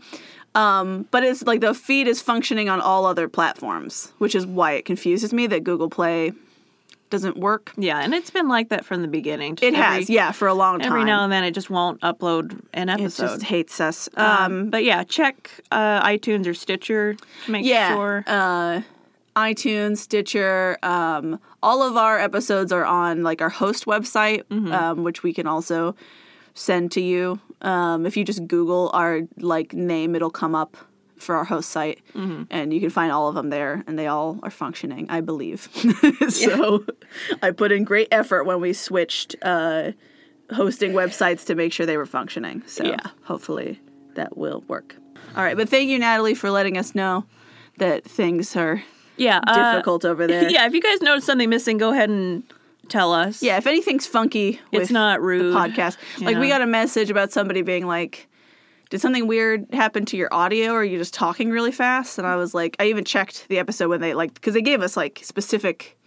[SPEAKER 1] um but it's like the feed is functioning on all other platforms which is why it confuses me that google play doesn't work
[SPEAKER 2] Yeah, and it's been like that from the beginning. Just
[SPEAKER 1] it
[SPEAKER 2] every-
[SPEAKER 1] has yeah for a long time
[SPEAKER 2] Every now and then, it just won't upload an
[SPEAKER 1] it
[SPEAKER 2] episode.
[SPEAKER 1] just hates us um
[SPEAKER 2] um, but yeah, check uh, iTunes or Stitcher to make
[SPEAKER 1] yeah
[SPEAKER 2] sure.
[SPEAKER 1] uh itunes stitcher um all of our episodes are on like our host website um, which we can also send to you um if you just google our like name it'll come up for our host site
[SPEAKER 2] Mm-hmm.
[SPEAKER 1] and you can find all of them there and they all are functioning i believe so i put in great effort when we switched uh hosting websites to make sure they were functioning. So
[SPEAKER 2] Yeah.
[SPEAKER 1] hopefully that will work. All right, but thank you, Natalie, for letting us know that things are
[SPEAKER 2] yeah, uh,
[SPEAKER 1] difficult over there.
[SPEAKER 2] Yeah, if you guys notice something missing, go ahead and tell us.
[SPEAKER 1] Yeah, if anything's funky with
[SPEAKER 2] it's not rude.
[SPEAKER 1] podcast, like we
[SPEAKER 2] Yeah.
[SPEAKER 1] got a message about somebody being like, "Did something weird happen to your audio? Or are you just talking really fast?" And I was like, I even checked the episode when they like because they gave us like specific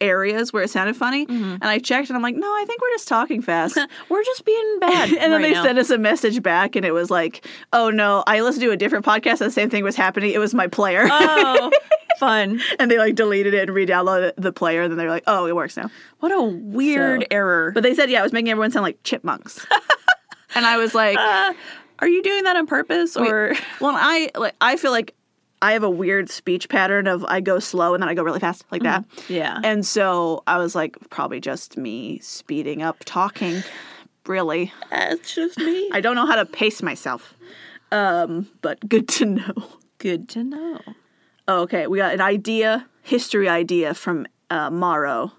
[SPEAKER 1] areas where it sounded funny,
[SPEAKER 2] Mm-hmm.
[SPEAKER 1] and I checked and I'm like, "No, I think we're just talking fast."
[SPEAKER 2] We're just being bad.
[SPEAKER 1] and then
[SPEAKER 2] right
[SPEAKER 1] they
[SPEAKER 2] now.
[SPEAKER 1] sent us a message back and it was like oh no i listened to a different podcast and the same thing was happening it was my player
[SPEAKER 2] "Oh, fun!
[SPEAKER 1] and they like deleted it and re-downloaded the player and then they were like oh it works now
[SPEAKER 2] What a weird
[SPEAKER 1] So-
[SPEAKER 2] error."
[SPEAKER 1] but they said yeah it was making everyone sound like chipmunks and i was like
[SPEAKER 2] uh, are you doing that on purpose, or
[SPEAKER 1] well i like i feel like i have a weird speech pattern of i go slow and then i go really fast like that
[SPEAKER 2] Mm-hmm. yeah?
[SPEAKER 1] and so i was like probably just me speeding up talking really
[SPEAKER 2] That's just me.
[SPEAKER 1] i don't know how to pace myself um but good to know Oh,
[SPEAKER 2] Good to know.
[SPEAKER 1] Okay, we got an idea, history idea from uh, Morrow,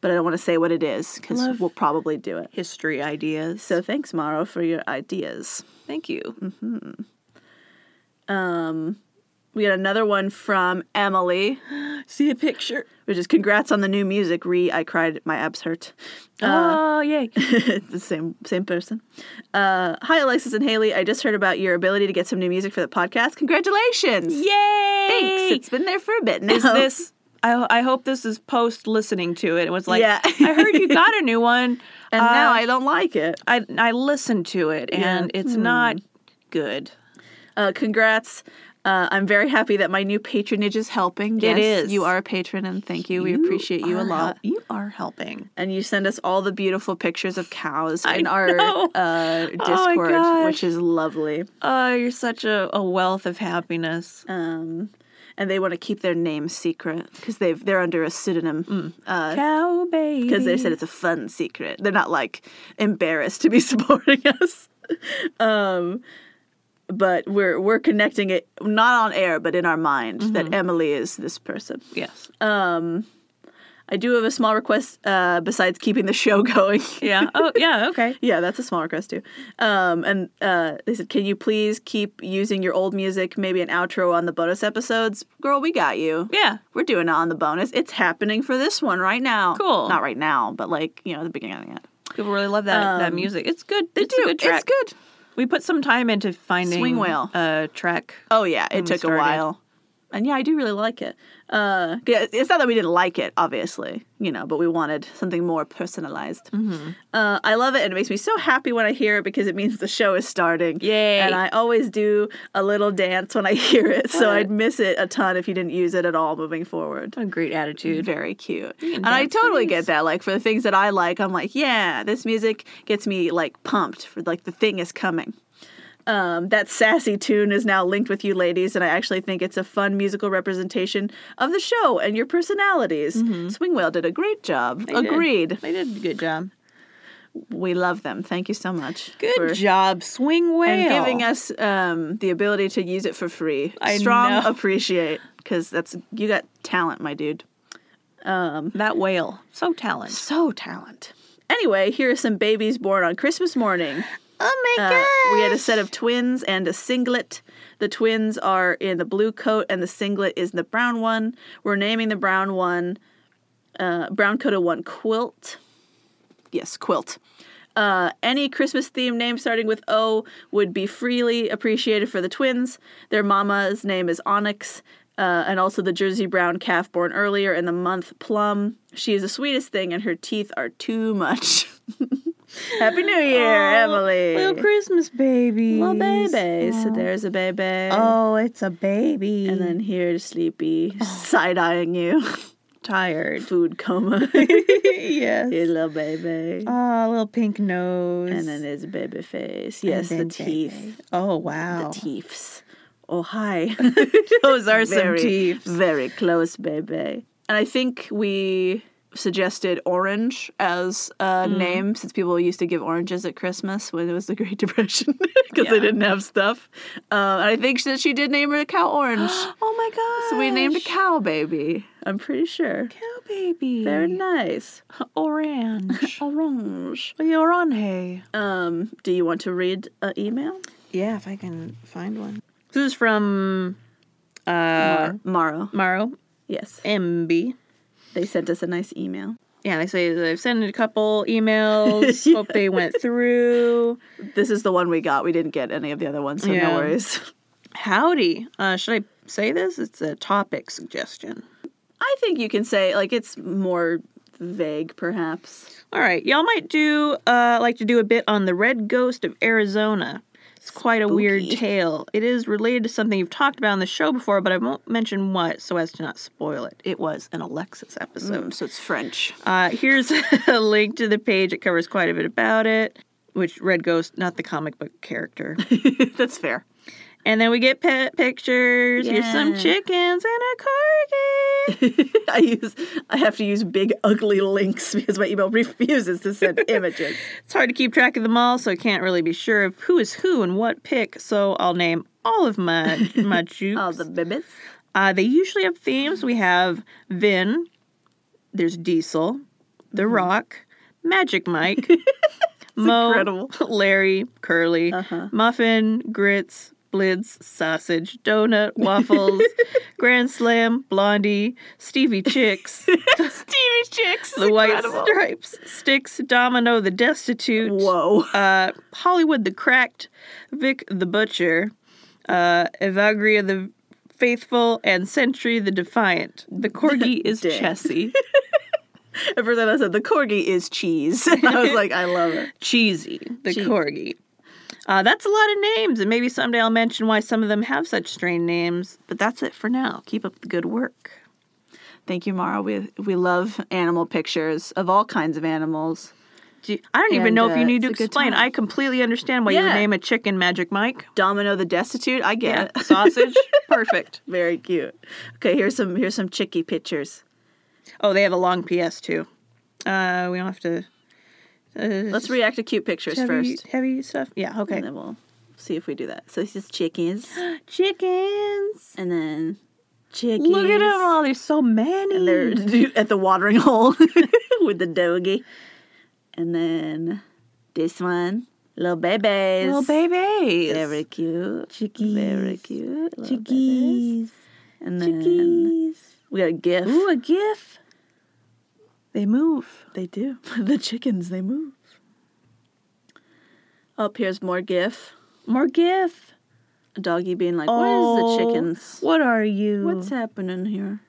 [SPEAKER 1] but I don't want to say what it is because
[SPEAKER 2] Love-
[SPEAKER 1] we'll probably do it.
[SPEAKER 2] History ideas.
[SPEAKER 1] So thanks, Morrow, for your ideas.
[SPEAKER 2] Thank you.
[SPEAKER 1] We got another one from Emily,
[SPEAKER 2] See a picture.
[SPEAKER 1] which is congrats on the new music. Re, I cried, my abs hurt.
[SPEAKER 2] oh yay!
[SPEAKER 1] the same same person. Uh, hi, Alexis and Haley. I just heard about your ability to get some new music for the podcast. Congratulations!
[SPEAKER 2] Yay!
[SPEAKER 1] Thanks. It's been there for a bit now.
[SPEAKER 2] is this I, I hope this is post listening to it. It was like
[SPEAKER 1] Yeah.
[SPEAKER 2] I heard you got a new one
[SPEAKER 1] and
[SPEAKER 2] uh,
[SPEAKER 1] now I don't like it.
[SPEAKER 2] I I listened to it and it's not good.
[SPEAKER 1] Uh, congrats. Uh, I'm very happy that my new patronage is helping. Yes,
[SPEAKER 2] is.
[SPEAKER 1] You are a patron, and thank you. We appreciate you a
[SPEAKER 2] are
[SPEAKER 1] lot.
[SPEAKER 2] hel- you are helping.
[SPEAKER 1] And you send us all the beautiful pictures of cows in our
[SPEAKER 2] know. Oh
[SPEAKER 1] uh, Discord,
[SPEAKER 2] gosh.
[SPEAKER 1] which is lovely.
[SPEAKER 2] Oh, you're such a, a wealth of happiness.
[SPEAKER 1] Um, and they want to keep their name secret because they've they're under a pseudonym because
[SPEAKER 2] Cow baby.
[SPEAKER 1] they said it's a fun secret. They're not like embarrassed to be supporting us. Um, but we're we're connecting it not on air, but in our mind that Emily is this person.
[SPEAKER 2] yes.
[SPEAKER 1] I do have a small request uh, besides keeping the show going.
[SPEAKER 2] yeah. Oh yeah. Okay.
[SPEAKER 1] yeah, that's a small request too. Um, and uh, they said, can you please keep using your old music, maybe an outro on the bonus episodes? Girl, we got you.
[SPEAKER 2] Yeah.
[SPEAKER 1] We're doing it on the bonus. It's happening for this one right now.
[SPEAKER 2] Cool.
[SPEAKER 1] Not right now, but like, you know, the beginning of the end.
[SPEAKER 2] People really love that that
[SPEAKER 1] Um,
[SPEAKER 2] music. It's good.
[SPEAKER 1] They
[SPEAKER 2] it's
[SPEAKER 1] do.
[SPEAKER 2] a good track.
[SPEAKER 1] It's good.
[SPEAKER 2] We put some time into finding
[SPEAKER 1] Swing whale.
[SPEAKER 2] a track.
[SPEAKER 1] Oh yeah, it
[SPEAKER 2] we
[SPEAKER 1] took a
[SPEAKER 2] started.
[SPEAKER 1] while. And yeah, I do really like it. Uh, yeah, it's not that we didn't like it, obviously, you know, but we wanted something more personalized.
[SPEAKER 2] Mm-hmm.
[SPEAKER 1] Uh, I love it, and it makes me so happy when I hear it because it means the show is starting.
[SPEAKER 2] Yay.
[SPEAKER 1] And I always do a little dance when I hear it, so I'd miss it a ton if you didn't use it at all moving forward.
[SPEAKER 2] What a great attitude.
[SPEAKER 1] Very cute.
[SPEAKER 2] can
[SPEAKER 1] And I
[SPEAKER 2] dance to
[SPEAKER 1] totally
[SPEAKER 2] these.
[SPEAKER 1] get that. Like for the things that I like, I'm like, yeah, this music gets me like pumped for like the thing is coming. Um, that sassy tune is now linked with you ladies, and I actually think it's a fun musical representation of the show and your personalities. Swing Whale did a great job.
[SPEAKER 2] Mm-hmm. They did.
[SPEAKER 1] Agreed.
[SPEAKER 2] They did a good job.
[SPEAKER 1] We love them. Thank you so much.
[SPEAKER 2] Good
[SPEAKER 1] for-
[SPEAKER 2] job, swing whale.
[SPEAKER 1] And giving us um, the ability to use it for free.
[SPEAKER 2] I
[SPEAKER 1] Strong
[SPEAKER 2] know.
[SPEAKER 1] appreciate because that's you got talent, my dude.
[SPEAKER 2] that whale. So talented.
[SPEAKER 1] So talent. Anyway, here are some babies born on Christmas morning.
[SPEAKER 2] Oh my
[SPEAKER 1] Uh, we had a set of twins and a singlet. The twins are in the blue coat, and the singlet is the brown one. We're naming the brown one Uh, Brown Coda One Quilt. Yes, Quilt. Uh, any Christmas themed name starting with O would be freely appreciated for the twins. Their mama's name is Onyx, uh, and also the Jersey Brown calf born earlier in the month, Plum. She is the sweetest thing, and her teeth are too much. Happy New Year, Emily.
[SPEAKER 2] Little Christmas baby.
[SPEAKER 1] Little baby. So there's a baby.
[SPEAKER 2] Oh, it's a baby.
[SPEAKER 1] And then here's Sleepy
[SPEAKER 2] Oh.
[SPEAKER 1] side eyeing you.
[SPEAKER 2] tired.
[SPEAKER 1] Food coma.
[SPEAKER 2] yes.
[SPEAKER 1] Your little baby.
[SPEAKER 2] Oh, little pink nose.
[SPEAKER 1] And then there's baby face. Yes, the
[SPEAKER 2] Big
[SPEAKER 1] teeth.
[SPEAKER 2] baby. Oh wow.
[SPEAKER 1] The teeths. Oh, hi. Those are
[SPEAKER 2] Them
[SPEAKER 1] very,
[SPEAKER 2] teeths.
[SPEAKER 1] very close, baby. And I think we suggested orange as a
[SPEAKER 2] Mm.
[SPEAKER 1] name since people used to give oranges at Christmas when it was the Great Depression because they
[SPEAKER 2] Yeah.
[SPEAKER 1] didn't have stuff. Um, and I think that she did name her cow orange.
[SPEAKER 2] Oh my god.
[SPEAKER 1] so we named a cow baby. I'm pretty sure.
[SPEAKER 2] cow baby.
[SPEAKER 1] Very nice.
[SPEAKER 2] orange.
[SPEAKER 1] Orange.
[SPEAKER 2] Orange.
[SPEAKER 1] Um, do you want to read an email?
[SPEAKER 2] Yeah, if I can find one. This is from uh
[SPEAKER 1] Morrow.
[SPEAKER 2] Maro
[SPEAKER 1] Yes.
[SPEAKER 2] MB.
[SPEAKER 1] They sent us a nice email.
[SPEAKER 2] Yeah, they say that I've sent a couple emails. Hope they went through.
[SPEAKER 1] This is the one we got. We didn't get any of the other ones, so no
[SPEAKER 2] Yeah.
[SPEAKER 1] worries.
[SPEAKER 2] Howdy. Uh, should I say this? It's a topic suggestion.
[SPEAKER 1] I think you can say like it's more vague, perhaps.
[SPEAKER 2] All right, y'all might do uh, like to do a bit on the red ghost of Arizona. It's quite a weird
[SPEAKER 1] Spooky.
[SPEAKER 2] tale. It is related to something you've talked about on the show before, but I won't mention what so as to not spoil it. It was an Alexis episode.
[SPEAKER 1] Um, so it's French.
[SPEAKER 2] Uh, here's a link to the page. It covers quite a bit about it, which Red Ghost, not the comic book character.
[SPEAKER 1] That's fair.
[SPEAKER 2] and then we get pet pictures. Here's some
[SPEAKER 1] Yeah.
[SPEAKER 2] chickens and a corgi.
[SPEAKER 1] I use I have to use big ugly links because my email refuses to send images.
[SPEAKER 2] It's hard to keep track of them all, so I can't really be sure of who is who and what pick. So I'll name all of my my jukes.
[SPEAKER 1] Oh, the bibbits.
[SPEAKER 2] uh, they usually have themes. We have Vin. There's Diesel, The
[SPEAKER 1] Mm-hmm.
[SPEAKER 2] Rock, Magic Mike, Mo,
[SPEAKER 1] incredible. Uh-huh.
[SPEAKER 2] Larry, Curly, Muffin, Grits, Blitz, Sausage, Donut, Waffles, Grand Slam, Blondie, Stevie Chicks,
[SPEAKER 1] Stevie Chicks.
[SPEAKER 2] The White Stripes, Sticks, Domino, The Destitute
[SPEAKER 1] Whoa.
[SPEAKER 2] uh, Hollywood the Cracked, Vic the Butcher, uh, Evagria the Faithful, and Sentry the Defiant. The corgi is
[SPEAKER 1] Dang.
[SPEAKER 2] Chessie.
[SPEAKER 1] At first I thought I said the corgi is cheese. I was like, I love it.
[SPEAKER 2] Cheesy, the
[SPEAKER 1] Cheese.
[SPEAKER 2] corgi. Uh, that's a lot of names, and maybe someday I'll mention why some of them have such strange names. But that's it for now. Keep up the good work.
[SPEAKER 1] Thank you, Mara. We we love animal pictures of all kinds of animals.
[SPEAKER 2] Do you- I don't even
[SPEAKER 1] And,
[SPEAKER 2] know if you
[SPEAKER 1] uh,
[SPEAKER 2] need to
[SPEAKER 1] it's a good
[SPEAKER 2] explain.
[SPEAKER 1] time.
[SPEAKER 2] I completely understand why you
[SPEAKER 1] Yeah.
[SPEAKER 2] would name a chicken Magic Mike.
[SPEAKER 1] Domino the destitute. I get it.
[SPEAKER 2] Sausage, perfect.
[SPEAKER 1] Very cute. Okay, here's some here's some chicky pictures.
[SPEAKER 2] Oh, they have a long PS too. Uh, we don't have to. Uh,
[SPEAKER 1] Let's react to cute pictures
[SPEAKER 2] heavy,
[SPEAKER 1] first,
[SPEAKER 2] heavy stuff. Yeah, okay.
[SPEAKER 1] and then we'll see if we do that. So this is chickens,
[SPEAKER 2] Chickens.
[SPEAKER 1] and then chickens.
[SPEAKER 2] Look at them all. There's so many.
[SPEAKER 1] And they're at the watering hole with the doggy, and then this one, little babies,
[SPEAKER 2] little babies.
[SPEAKER 1] very cute,
[SPEAKER 2] Chickies.
[SPEAKER 1] very cute, little babies.
[SPEAKER 2] Chickies.
[SPEAKER 1] and then
[SPEAKER 2] Chickies.
[SPEAKER 1] we got a gif.
[SPEAKER 2] Ooh, a gif. They move.
[SPEAKER 1] They do. the chickens, they move. Up here's more gif.
[SPEAKER 2] More gif.
[SPEAKER 1] A doggy being like,
[SPEAKER 2] oh,
[SPEAKER 1] "Where's the chickens?
[SPEAKER 2] What are you?
[SPEAKER 1] What's happening here?"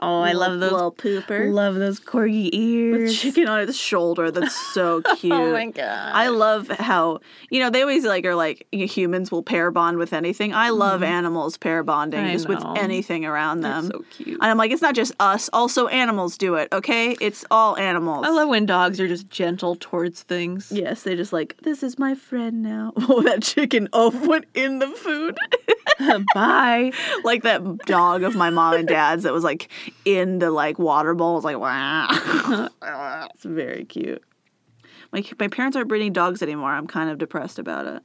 [SPEAKER 2] Oh, I love those.
[SPEAKER 1] little pooper.
[SPEAKER 2] Love those corgi ears.
[SPEAKER 1] With chicken on its shoulder. That's so cute.
[SPEAKER 2] Oh my god.
[SPEAKER 1] I love how you know they always like are like humans will pair bond with anything. I love animals pair bonding
[SPEAKER 2] I
[SPEAKER 1] just with
[SPEAKER 2] know.
[SPEAKER 1] anything around them.
[SPEAKER 2] That's so cute.
[SPEAKER 1] And I'm like, it's not just us. Also, animals do it. Okay, it's all animals.
[SPEAKER 2] I love when dogs are just gentle towards things.
[SPEAKER 1] Yes, they're just like, this is my friend now. Oh, that chicken off went in the food.
[SPEAKER 2] Bye.
[SPEAKER 1] like that dog of my mom and dad's that was like in the like water bowl. It's like, wow. it's very cute. My, my parents aren't breeding dogs anymore. I'm kind of depressed about it.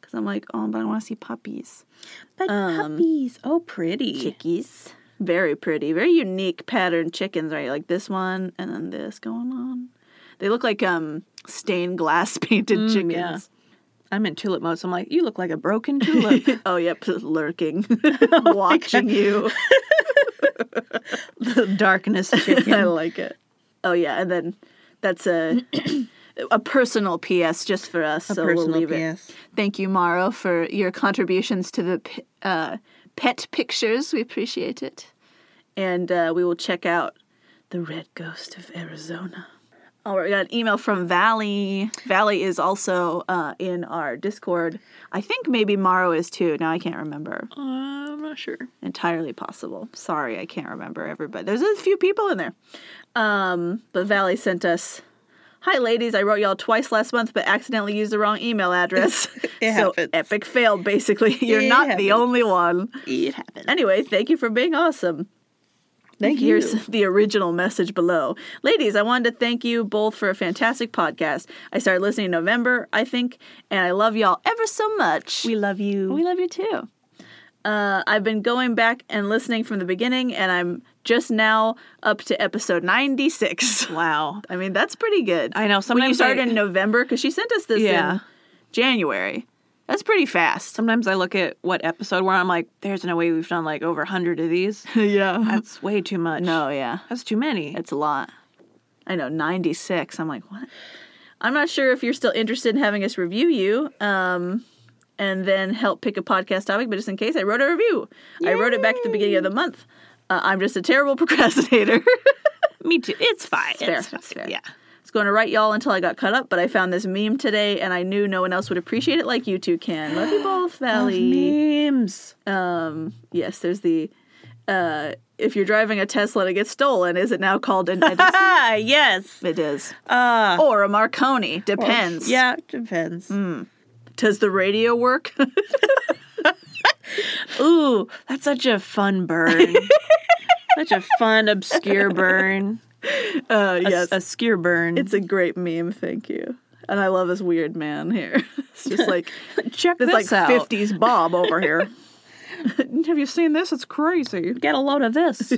[SPEAKER 1] Because I'm like, oh, but I want to see puppies.
[SPEAKER 2] But
[SPEAKER 1] um,
[SPEAKER 2] puppies. Oh, pretty.
[SPEAKER 1] Chickies. Very pretty. Very unique patterned chickens, right? Like this one and then this going on. They look like um stained glass painted chickens.
[SPEAKER 2] Mm, yeah. I'm in tulip mode, so I'm like, you look like a broken tulip. Oh
[SPEAKER 1] Oh, yep, lurking, watching you.
[SPEAKER 2] the darkness chicken.
[SPEAKER 1] I like it. Oh yeah, and then that's a a personal PS just for us, so we'll
[SPEAKER 2] personal
[SPEAKER 1] leave
[SPEAKER 2] PS.
[SPEAKER 1] it. Thank you, Maro, for your contributions to the p- uh, pet pictures. We appreciate it, and uh, we will check out the Red Ghost of Arizona. All right, we got an email from Valley. Valley is also uh, in our Discord. I think maybe Maro is too. Now I can't remember
[SPEAKER 2] I'm not sure.
[SPEAKER 1] entirely possible. Sorry, I can't remember everybody. There's a few people in there. Um, but Valley sent us, "Hi ladies, I wrote y'all twice last month, but accidentally used the wrong email address.
[SPEAKER 2] It
[SPEAKER 1] so
[SPEAKER 2] happens.
[SPEAKER 1] epic fail. Basically, you're
[SPEAKER 2] It
[SPEAKER 1] not
[SPEAKER 2] happens.
[SPEAKER 1] the only one.
[SPEAKER 2] It happened.
[SPEAKER 1] Anyway, thank you for being awesome."
[SPEAKER 2] Thank
[SPEAKER 1] Here's
[SPEAKER 2] you.
[SPEAKER 1] the original message below. Ladies, I wanted to thank you both for a fantastic podcast. I started listening in November, I think, and I love y'all ever so much.
[SPEAKER 2] We love you.
[SPEAKER 1] We love you too. Uh, I've been going back and listening from the beginning, and I'm just now up to episode 96.
[SPEAKER 2] wow.
[SPEAKER 1] I mean, that's pretty good.
[SPEAKER 2] I
[SPEAKER 1] When
[SPEAKER 2] know.
[SPEAKER 1] you
[SPEAKER 2] Sometimes I-
[SPEAKER 1] started in November, because she sent us this
[SPEAKER 2] Yeah.
[SPEAKER 1] in January. That's pretty fast.
[SPEAKER 2] Sometimes I look at what episode we're on. I'm like, there's no way we've done like over 100 of these.
[SPEAKER 1] yeah.
[SPEAKER 2] That's way too much.
[SPEAKER 1] No, yeah.
[SPEAKER 2] That's too many.
[SPEAKER 1] It's a lot. I know, 96. I'm like, what? I'm not sure if you're still interested in having us review you um, and then help pick a podcast topic, but just in case, I wrote a review. I wrote it back at the beginning of the month. Uh, I'm just a terrible procrastinator.
[SPEAKER 2] Me too. It's fine. It's,
[SPEAKER 1] fair,
[SPEAKER 2] fine.
[SPEAKER 1] it's fair.
[SPEAKER 2] Yeah.
[SPEAKER 1] I was going to write y'all until I got cut up, but I found this meme today and I knew no one else would appreciate it like you two can. Love you both, Valley.
[SPEAKER 2] Memes.
[SPEAKER 1] Um, yes, there's the uh, if you're driving a Tesla and it gets stolen, is it now called an Edison?
[SPEAKER 2] Ah, yes.
[SPEAKER 1] it is.
[SPEAKER 2] Uh,
[SPEAKER 1] Or a Marconi, depends.
[SPEAKER 2] Yeah, depends.
[SPEAKER 1] Mm. Does the radio work? Uh,
[SPEAKER 2] Ooh, that's such a fun burn. such a fun, obscure burn.
[SPEAKER 1] uh,
[SPEAKER 2] A-
[SPEAKER 1] yes.
[SPEAKER 2] A obscure burn.
[SPEAKER 1] it's a great meme, thank you. And I love this weird man here. It's just like
[SPEAKER 2] check
[SPEAKER 1] it's
[SPEAKER 2] this
[SPEAKER 1] like
[SPEAKER 2] out.
[SPEAKER 1] 50s Bob over here. Have you seen this? It's crazy.
[SPEAKER 2] Get a load of this.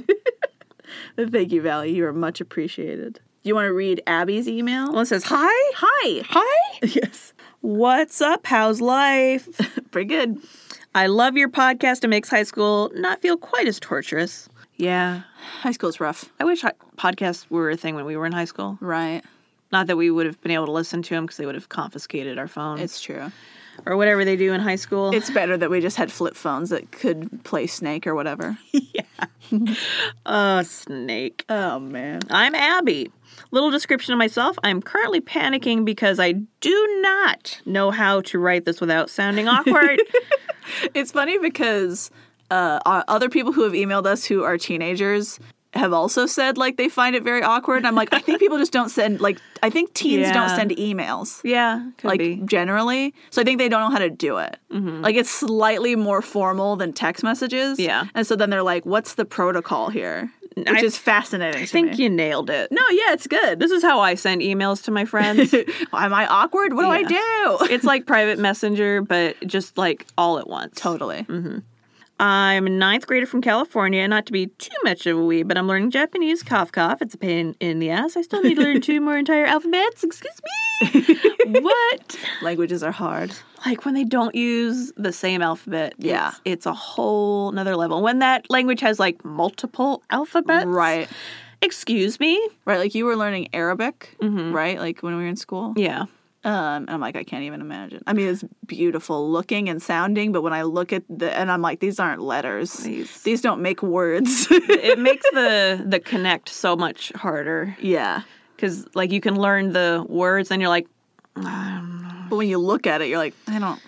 [SPEAKER 1] Thank you, Valley. You are much appreciated. Do you want to read Abby's email?
[SPEAKER 2] One says, Hi.
[SPEAKER 1] Hi.
[SPEAKER 2] Hi.
[SPEAKER 1] Yes.
[SPEAKER 2] What's up? How's life?
[SPEAKER 1] Pretty good.
[SPEAKER 2] I love your podcast. It makes high school not feel quite as torturous. Yeah.
[SPEAKER 1] High school's rough.
[SPEAKER 2] I wish hi- podcasts were a thing when we were in high school.
[SPEAKER 1] Right.
[SPEAKER 2] Not that we would have been able to listen to them because they would have confiscated our phones
[SPEAKER 1] It's true.
[SPEAKER 2] or whatever they do in high school.
[SPEAKER 1] It's better that we just had flip phones that could play Snake or whatever.
[SPEAKER 2] a snake.
[SPEAKER 1] Oh, man.
[SPEAKER 2] I'm Abby. Little description of myself. I'm currently panicking because I do not know how to write this without sounding awkward.
[SPEAKER 1] It's funny because uh, o- other people who have emailed us who are teenagers have also said like they find it very awkward. And I'm like, I think people just don't send like I think teens
[SPEAKER 2] Yeah.
[SPEAKER 1] don't send emails.
[SPEAKER 2] yeah, could
[SPEAKER 1] like
[SPEAKER 2] be. Mm-hmm.
[SPEAKER 1] generally. So I think they don't know how to do it. Like it's slightly more formal than text messages.
[SPEAKER 2] Yeah.
[SPEAKER 1] and so then they're like, "What's the protocol here?" Which
[SPEAKER 2] I-
[SPEAKER 1] is fascinating.
[SPEAKER 2] I think you nailed it.
[SPEAKER 1] No, yeah, it's good.
[SPEAKER 2] This is how I send emails to my friends.
[SPEAKER 1] Am I awkward? What do I do?
[SPEAKER 2] it's like private messenger, but just like all at once.
[SPEAKER 1] totally.
[SPEAKER 2] Mm-hmm. I'm a ninth grader from California, not to be too much of a wee, but I'm learning Japanese. Cough, cough. It's a pain in the ass. I still need to learn two more entire alphabets. Excuse me. what?
[SPEAKER 1] Languages are hard.
[SPEAKER 2] Like when they don't use the same alphabet. it's-
[SPEAKER 1] Yeah.
[SPEAKER 2] It's, a whole nother level. When that language has like multiple alphabets.
[SPEAKER 1] Right.
[SPEAKER 2] Excuse me.
[SPEAKER 1] Right. Like you were learning Arabic,
[SPEAKER 2] Mm-hmm.
[SPEAKER 1] right? Like when we were in school.
[SPEAKER 2] Yeah.
[SPEAKER 1] Um, and I'm like, I can't even imagine. I mean, it's beautiful looking and sounding, but when I look at the, and I'm like, these aren't letters.
[SPEAKER 2] These-
[SPEAKER 1] These don't make words.
[SPEAKER 2] it makes the the connect so much harder
[SPEAKER 1] yeah.
[SPEAKER 2] because like you can learn the words and you're like "Mm,
[SPEAKER 1] But when you look at it, you're like, I don't,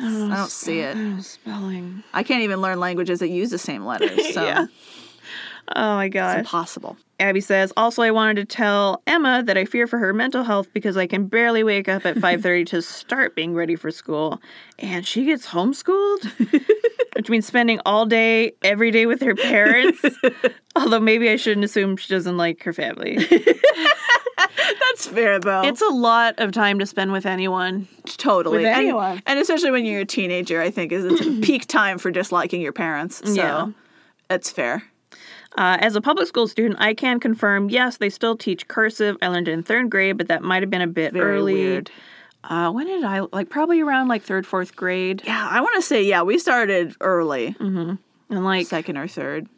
[SPEAKER 1] I don't see it.
[SPEAKER 2] "Oh, spelling.
[SPEAKER 1] I can't even learn languages that use the same letters. So
[SPEAKER 2] Yeah. Oh my
[SPEAKER 1] it's
[SPEAKER 2] gosh.
[SPEAKER 1] impossible.
[SPEAKER 2] Abby says, also I wanted to tell Emma that I fear for her mental health because I can barely wake up at 5:30 to start being ready for school and she gets homeschooled, which means spending all day every day with her parents. Although maybe I shouldn't assume she doesn't like her family.
[SPEAKER 1] That's fair though.
[SPEAKER 2] It's a lot of time to spend with anyone.
[SPEAKER 1] totally
[SPEAKER 2] with
[SPEAKER 1] And-
[SPEAKER 2] anyone.
[SPEAKER 1] and, especially when you're a teenager. I think is it's peak time for disliking your parents. So
[SPEAKER 2] Yeah.
[SPEAKER 1] that's fair.
[SPEAKER 2] Uh, as a public school student, I can confirm yes, they still teach cursive. I learned it in third grade, but that might have been a bit
[SPEAKER 1] Very
[SPEAKER 2] early.
[SPEAKER 1] weird.
[SPEAKER 2] Uh, when did I like probably around like third, fourth grade,
[SPEAKER 1] Yeah, I want to say yeah. We started early,
[SPEAKER 2] and like
[SPEAKER 1] second or third.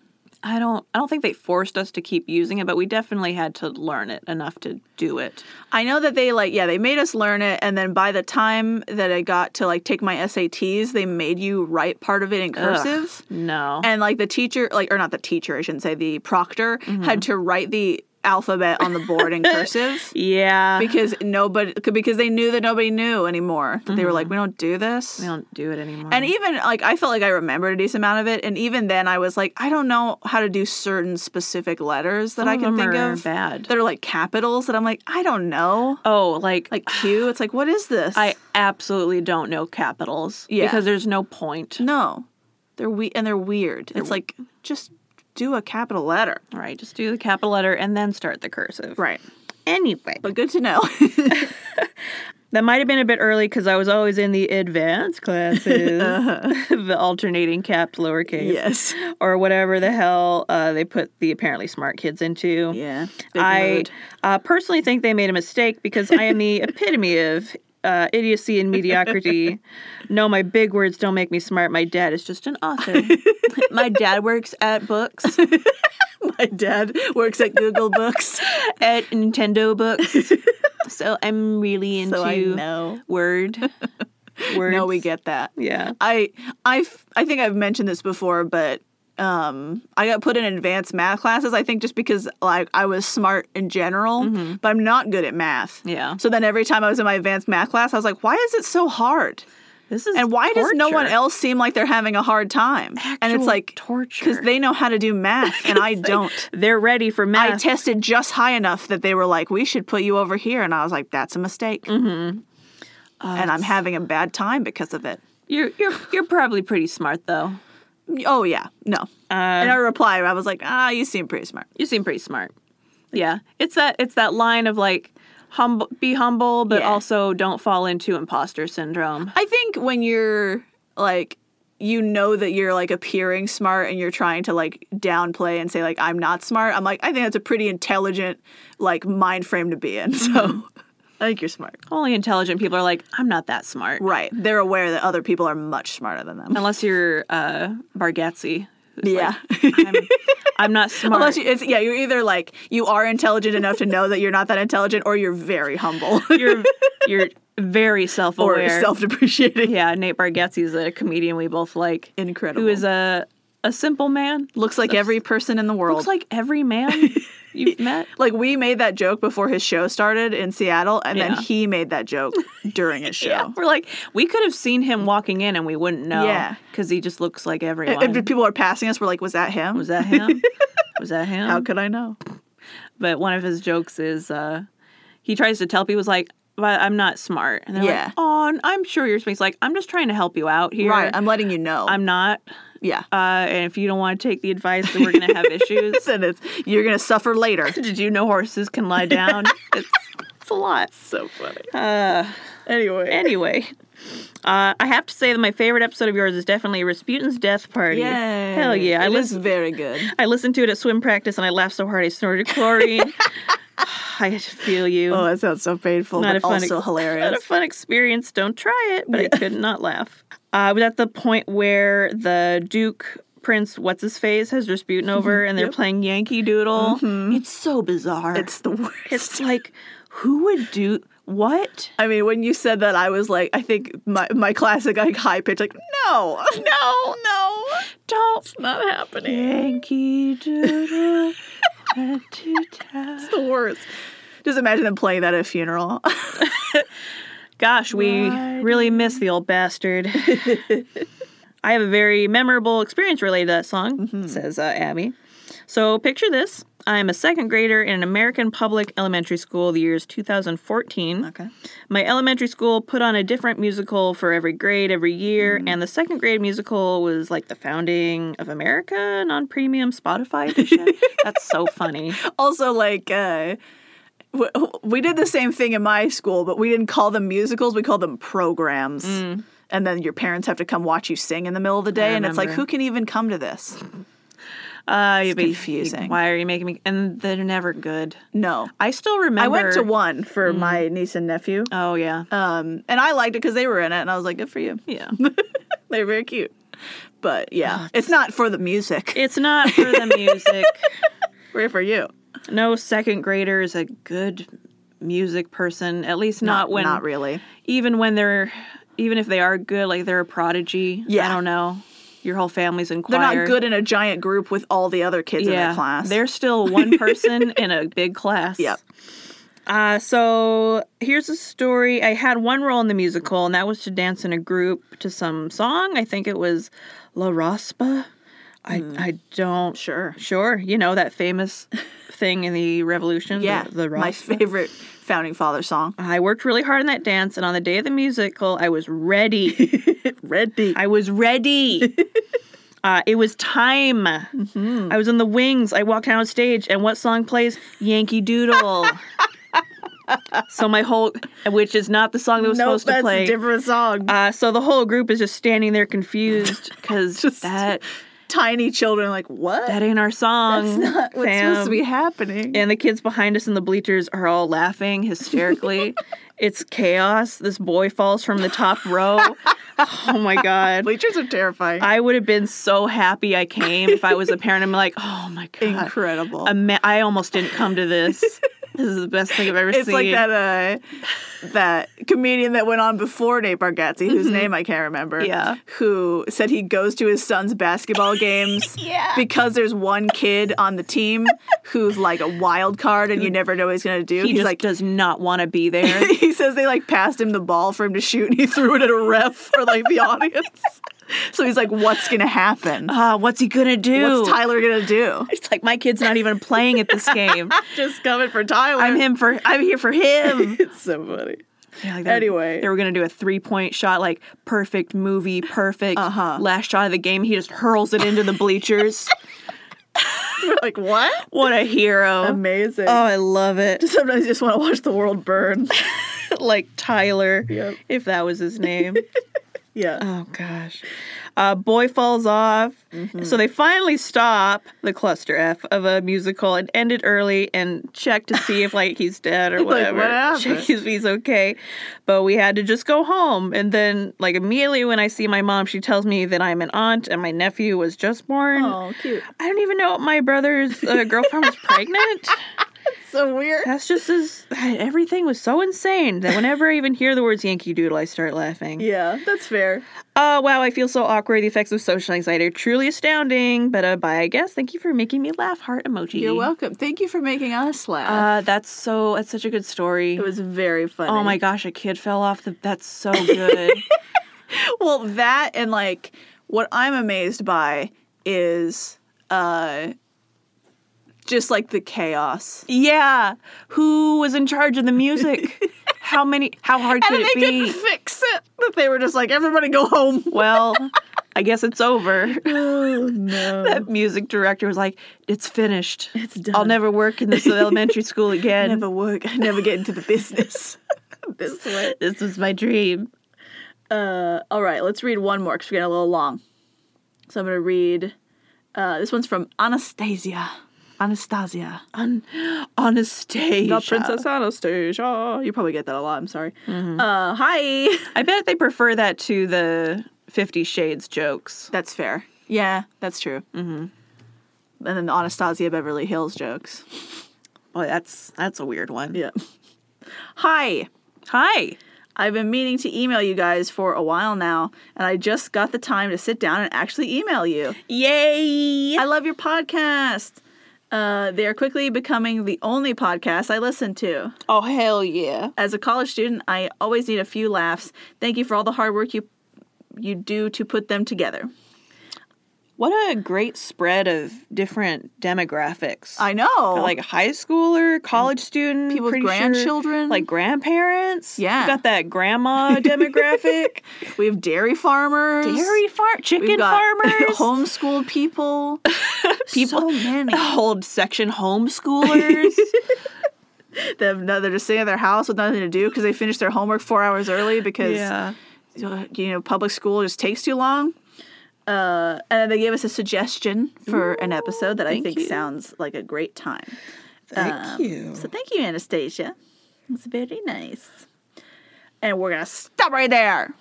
[SPEAKER 2] I don't I don't think they forced us to keep using it, but we definitely had to learn it enough to do it.
[SPEAKER 1] I know that they like yeah, they made us learn it and then by the time that I got to like take my SATs, they made you write part of it in cursive.
[SPEAKER 2] No.
[SPEAKER 1] And like the teacher like or not the teacher, I shouldn't say the proctor
[SPEAKER 2] Mm-hmm.
[SPEAKER 1] had to write the alphabet on the board in cursive
[SPEAKER 2] yeah. Because
[SPEAKER 1] because nobody because they knew that nobody knew anymore. That They were like, "We don't do this."
[SPEAKER 2] Mm-hmm. we don't do it anymore.
[SPEAKER 1] And even like I felt like I remembered a decent amount of it, and even then I was like, I don't know how to do certain specific letters that
[SPEAKER 2] Some
[SPEAKER 1] I
[SPEAKER 2] of
[SPEAKER 1] can
[SPEAKER 2] them
[SPEAKER 1] think
[SPEAKER 2] are
[SPEAKER 1] of
[SPEAKER 2] bad.
[SPEAKER 1] that are like capitals that I'm like, I don't know.
[SPEAKER 2] oh, like
[SPEAKER 1] Like Q, it's like, what is this?
[SPEAKER 2] I absolutely don't know capitals.
[SPEAKER 1] Yeah.
[SPEAKER 2] Because there's no point.
[SPEAKER 1] no, they're we and they're weird. it's like just do a capital letter,
[SPEAKER 2] All right, just do the capital letter and then start the cursive.
[SPEAKER 1] right?
[SPEAKER 2] Anyway.
[SPEAKER 1] But good to know.
[SPEAKER 2] That might have been a bit early because I was always in the advanced classes, the alternating caps, lowercase,
[SPEAKER 1] yes,
[SPEAKER 2] or whatever the hell uh, they put the apparently smart kids into.
[SPEAKER 1] yeah. Big
[SPEAKER 2] I
[SPEAKER 1] mood.
[SPEAKER 2] uh, personally think they made a mistake because I am the epitome of uh, idiocy and mediocrity. no, my big words don't make me smart. My dad is just an author. my dad works at books,
[SPEAKER 1] my dad works at Google Books,
[SPEAKER 2] at Nintendo books. So I'm really into
[SPEAKER 1] so I know.
[SPEAKER 2] word. Words.
[SPEAKER 1] No, we get that.
[SPEAKER 2] Yeah.
[SPEAKER 1] I I I think I've mentioned this before, but um, I got put in advanced math classes. I think just because like I was smart in general, but I'm not good at math.
[SPEAKER 2] Mm-hmm. Yeah.
[SPEAKER 1] So then every time I was in my advanced math class, I was like, why is it so hard?
[SPEAKER 2] This is
[SPEAKER 1] And why does no one
[SPEAKER 2] torture.
[SPEAKER 1] else seem like they're having a hard time? and it's
[SPEAKER 2] Actual
[SPEAKER 1] like
[SPEAKER 2] torture.
[SPEAKER 1] because they know how to do math and I don't.
[SPEAKER 2] They're ready for math.
[SPEAKER 1] I tested just high enough that they were like, we should put you over here, and I was like, that's a mistake.
[SPEAKER 2] Mm-hmm.
[SPEAKER 1] and
[SPEAKER 2] Uh,
[SPEAKER 1] I'm having a bad time because of it.
[SPEAKER 2] you're you're you're probably pretty smart though.
[SPEAKER 1] Oh yeah, no.
[SPEAKER 2] Uh,
[SPEAKER 1] and I replied, I was like, ah, you seem pretty smart.
[SPEAKER 2] You seem pretty smart. Yeah, it's that it's that line of like humble, be humble, but
[SPEAKER 1] Yeah.
[SPEAKER 2] also don't fall into imposter syndrome.
[SPEAKER 1] I think when you're like, you know that you're like appearing smart and you're trying to like downplay and say like I'm not smart. I'm like I think that's a pretty intelligent like mind frame to be in. So I think you're smart.
[SPEAKER 2] Only intelligent people are like, I'm not that smart,
[SPEAKER 1] Right. They're aware that other people are much smarter than them.
[SPEAKER 2] unless you're uh, Bargatze. who's
[SPEAKER 1] Yeah.
[SPEAKER 2] like, I'm, I'm not smart.
[SPEAKER 1] Unless you, it's yeah, you're either like you are intelligent enough to know that you're not that intelligent or you're very humble
[SPEAKER 2] you're you're very
[SPEAKER 1] or
[SPEAKER 2] self-aware.
[SPEAKER 1] self-depreciating.
[SPEAKER 2] yeah, Nate Bargatze is a comedian we both like,
[SPEAKER 1] Incredible.
[SPEAKER 2] who is uh, a a simple man.
[SPEAKER 1] looks like every person in the world.
[SPEAKER 2] Looks like every man you've met.
[SPEAKER 1] Like we made that joke before his show started in Seattle, and
[SPEAKER 2] Yeah.
[SPEAKER 1] then he made that joke during his show.
[SPEAKER 2] We're like, we could have seen him walking in and we wouldn't know.
[SPEAKER 1] Yeah.
[SPEAKER 2] Because he just looks like everyone.
[SPEAKER 1] If people are passing us, we're like, "Was that him?
[SPEAKER 2] Was that him? Was that him?
[SPEAKER 1] How could I know?"
[SPEAKER 2] but one of his jokes is uh, he tries to tell people, he's like, but I'm not smart. And they're
[SPEAKER 1] Yeah.
[SPEAKER 2] like, oh, and I'm sure you're smart. He's like, I'm just trying to help you out here.
[SPEAKER 1] Right, I'm letting you know.
[SPEAKER 2] I'm not.
[SPEAKER 1] yeah,
[SPEAKER 2] Uh, and if you don't want to take the advice, then we're going to have issues.
[SPEAKER 1] and it's you're gonna suffer later.
[SPEAKER 2] Did you know horses can lie down? it's, it's a lot.
[SPEAKER 1] so funny.
[SPEAKER 2] Uh,
[SPEAKER 1] Anyway,
[SPEAKER 2] Anyway, uh, I have to say that my favorite episode of yours is definitely Rasputin's Death Party.
[SPEAKER 1] Yay.
[SPEAKER 2] Hell yeah. I,
[SPEAKER 1] It
[SPEAKER 2] lis-
[SPEAKER 1] is very good.
[SPEAKER 2] I listened to it at swim practice and I laughed so hard I snorted chlorine. I feel you.
[SPEAKER 1] Oh, that sounds so painful,
[SPEAKER 2] Not
[SPEAKER 1] but
[SPEAKER 2] a fun
[SPEAKER 1] also
[SPEAKER 2] ex-
[SPEAKER 1] hilarious.
[SPEAKER 2] Not a fun experience. Don't try it. But I could not laugh. I was at the point where the Duke Prince, what's his face, has Rasputin
[SPEAKER 1] Mm-hmm.
[SPEAKER 2] over and they're playing Yankee Doodle. It's so bizarre.
[SPEAKER 1] It's the worst.
[SPEAKER 2] it's like, who would do what?
[SPEAKER 1] I mean, when you said that, I was like, I think my my classic like high pitch, like, no, no, no,
[SPEAKER 2] Don't
[SPEAKER 1] not happening.
[SPEAKER 2] Yankee Doodle. what to tell?
[SPEAKER 1] the worst. Just imagine them playing that at a funeral.
[SPEAKER 2] Gosh, we
[SPEAKER 1] Why
[SPEAKER 2] really miss the old bastard. I have a very memorable experience related to that song, says uh, Abby. So picture this I'm a second grader in an American public elementary school, the year is 2014. My elementary school put on a different musical for every grade every year, and the second grade musical was like the founding of America and on premium Spotify edition. That's so funny.
[SPEAKER 1] Also, like, uh, w- we did the same thing in my school, but we didn't call them musicals. We called them programs. And then your parents have to come watch you sing in the middle of the day. And it's like,
[SPEAKER 2] remember.
[SPEAKER 1] who can even come to this?
[SPEAKER 2] Uh, it's
[SPEAKER 1] confusing.
[SPEAKER 2] Why are you making me? And they're never good.
[SPEAKER 1] No.
[SPEAKER 2] I still remember.
[SPEAKER 1] I went to one for my niece and nephew.
[SPEAKER 2] Oh yeah.
[SPEAKER 1] Um, and I liked it because they were in it. And I was like, good for you.
[SPEAKER 2] yeah.
[SPEAKER 1] They're very cute. But
[SPEAKER 2] Oh,
[SPEAKER 1] yeah, it's not for the music.
[SPEAKER 2] It's not for the music.
[SPEAKER 1] We're for you.
[SPEAKER 2] no second grader is a good music person, at least not, when
[SPEAKER 1] not really.
[SPEAKER 2] even when they're even if they are good, like they're a prodigy.
[SPEAKER 1] Yeah.
[SPEAKER 2] I don't know. Your whole family's in
[SPEAKER 1] They're
[SPEAKER 2] choir.
[SPEAKER 1] not good in a giant group with all the other kids in their class.
[SPEAKER 2] They're still one person in a big class.
[SPEAKER 1] Yep.
[SPEAKER 2] Uh, so here's a story. I had one role in the musical, and that was to dance in a group to some song. I think it was La Raspa. I, I don't
[SPEAKER 1] Hmm. sure.
[SPEAKER 2] sure you know that famous thing in the revolution
[SPEAKER 1] Yeah,
[SPEAKER 2] the, the
[SPEAKER 1] my
[SPEAKER 2] Raspa.
[SPEAKER 1] favorite founding father song.
[SPEAKER 2] I worked really hard on that dance, and on the day of the musical, I was ready.
[SPEAKER 1] Ready.
[SPEAKER 2] I was ready. uh, it was time.
[SPEAKER 1] Mm-hmm.
[SPEAKER 2] I was on the wings. I walked down on stage, and what song plays? Yankee Doodle. so my whole, which is not the song that was supposed to play.
[SPEAKER 1] different song.
[SPEAKER 2] Uh, so the whole group is just standing there confused because
[SPEAKER 1] Just-
[SPEAKER 2] that
[SPEAKER 1] Tiny children are like what?
[SPEAKER 2] that ain't our song.
[SPEAKER 1] That's not what's
[SPEAKER 2] fam."
[SPEAKER 1] supposed to be happening.
[SPEAKER 2] And the kids behind us in the bleachers are all laughing hysterically. it's chaos. This boy falls from the top row. oh my god.
[SPEAKER 1] Bleachers are terrifying.
[SPEAKER 2] I uh, would have been so happy I came if I was a parent. I'm like, oh my god,
[SPEAKER 1] Incredible.
[SPEAKER 2] Ama- I almost didn't come to this. this is the best thing I've ever
[SPEAKER 1] it's
[SPEAKER 2] seen.
[SPEAKER 1] like that uh, that comedian that went on before Nate Bargatze, whose name I can't remember.
[SPEAKER 2] Yeah.
[SPEAKER 1] who said he goes to his son's basketball games
[SPEAKER 2] Yeah.
[SPEAKER 1] because there's one kid on the team who's like a wild card, and you never know what he's gonna do.
[SPEAKER 2] He
[SPEAKER 1] he's
[SPEAKER 2] just
[SPEAKER 1] like.
[SPEAKER 2] does not want to be there.
[SPEAKER 1] He says they like passed him the ball for him to shoot, and he threw it at a ref or like the audience. So he's like, "What's gonna happen?
[SPEAKER 2] Ah, what's he gonna do?
[SPEAKER 1] What's Tyler gonna do?"
[SPEAKER 2] It's like my kid's not even playing at this game.
[SPEAKER 1] Just coming for Tyler.
[SPEAKER 2] I'm him for. I'm here for him.
[SPEAKER 1] It's so funny.
[SPEAKER 2] Yeah, like they were-
[SPEAKER 1] Anyway.
[SPEAKER 2] they were gonna do a three point shot, like perfect movie, perfect
[SPEAKER 1] Uh-huh.
[SPEAKER 2] last shot of the game. He just hurls it into the bleachers.
[SPEAKER 1] like what?
[SPEAKER 2] what a hero!
[SPEAKER 1] Amazing.
[SPEAKER 2] Oh, I love it.
[SPEAKER 1] Sometimes you just want to watch the world burn.
[SPEAKER 2] like Tyler,
[SPEAKER 1] Yep.
[SPEAKER 2] if that was his name.
[SPEAKER 1] Yeah.
[SPEAKER 2] oh gosh, uh, boy falls off.
[SPEAKER 1] Mm-hmm.
[SPEAKER 2] So they finally stop the cluster F of a musical and end it early and check to see if like he's dead or
[SPEAKER 1] what
[SPEAKER 2] whatever.
[SPEAKER 1] happened?
[SPEAKER 2] check if he's okay. But we had to just go home. And then like immediately when I see my mom, she tells me that I'm an aunt and my nephew was just
[SPEAKER 1] Uh,
[SPEAKER 2] born.
[SPEAKER 1] Oh, cute.
[SPEAKER 2] I don't even know if my brother's uh, girlfriend was pregnant.
[SPEAKER 1] So weird.
[SPEAKER 2] That's just as everything was so insane that whenever I even hear the words Yankee Doodle, I start laughing.
[SPEAKER 1] Yeah, that's fair.
[SPEAKER 2] Oh wow, I feel so awkward. The effects of social anxiety are truly astounding. But uh, bye, I guess. Thank you for making me laugh. Heart emoji.
[SPEAKER 1] You're welcome. Thank you for making us laugh.
[SPEAKER 2] Uh, that's so. That's such a good story.
[SPEAKER 1] it was very funny.
[SPEAKER 2] oh my gosh, a kid fell off the. That's so good.
[SPEAKER 1] Well, that and like what I'm amazed by is uh just like the chaos.
[SPEAKER 2] yeah. Who was in charge of the music? How many? How hard could
[SPEAKER 1] And
[SPEAKER 2] it
[SPEAKER 1] they couldn't
[SPEAKER 2] be?
[SPEAKER 1] fix it. That they were just like, everybody go home.
[SPEAKER 2] well, I guess it's over.
[SPEAKER 1] Oh no.
[SPEAKER 2] That music director was like, "It's finished.
[SPEAKER 1] It's done.
[SPEAKER 2] I'll never work in this elementary school
[SPEAKER 1] I
[SPEAKER 2] again.
[SPEAKER 1] never work. I never get into the business. this way.
[SPEAKER 2] This was my dream."
[SPEAKER 1] Uh, all right, let's read one more because we're getting a little long. So I'm going to read. Uh, this one's from Anastasia. Anastasia.
[SPEAKER 2] On, on a stage.
[SPEAKER 1] Not Princess oh. Anastasia. You probably get that a lot. I'm sorry.
[SPEAKER 2] Mm-hmm.
[SPEAKER 1] Uh, hi.
[SPEAKER 2] I bet they prefer that to the Fifty Shades jokes.
[SPEAKER 1] That's fair. Yeah, that's true. Mm-hmm. And then the Anastasia Beverly Hills jokes.
[SPEAKER 2] Boy, that's that's a weird one.
[SPEAKER 1] Yeah. Hi.
[SPEAKER 2] Hi.
[SPEAKER 1] I've been meaning to email you guys for a while now, and I just got the time to sit down and actually email you.
[SPEAKER 2] Yay.
[SPEAKER 1] I love your podcast. Uh, they are quickly becoming the only podcast I listen to.
[SPEAKER 2] Oh hell yeah.
[SPEAKER 1] As a college student, I always need a few laughs. Thank you for all the hard work you you do to put them together.
[SPEAKER 2] What a great spread of different demographics.
[SPEAKER 1] I know.
[SPEAKER 2] like a high schooler, college student,
[SPEAKER 1] People with
[SPEAKER 2] pretty sure,
[SPEAKER 1] grandchildren.
[SPEAKER 2] like grandparents.
[SPEAKER 1] Yeah.
[SPEAKER 2] you got that grandma demographic,
[SPEAKER 1] we have dairy farmers,
[SPEAKER 2] dairy farm, chicken farmers,
[SPEAKER 1] homeschooled people, people, so many.
[SPEAKER 2] old section homeschoolers.
[SPEAKER 1] They're, they're just sitting at their house with nothing to do because they finished their homework four hours early because you know public school just takes too long. Uh, and they gave us a suggestion for an episode that I
[SPEAKER 2] thank
[SPEAKER 1] think
[SPEAKER 2] you.
[SPEAKER 1] sounds like a great time.
[SPEAKER 2] thank
[SPEAKER 1] Um,
[SPEAKER 2] you.
[SPEAKER 1] So thank you, Anastasia. That's very nice. And we're gonna stop right there.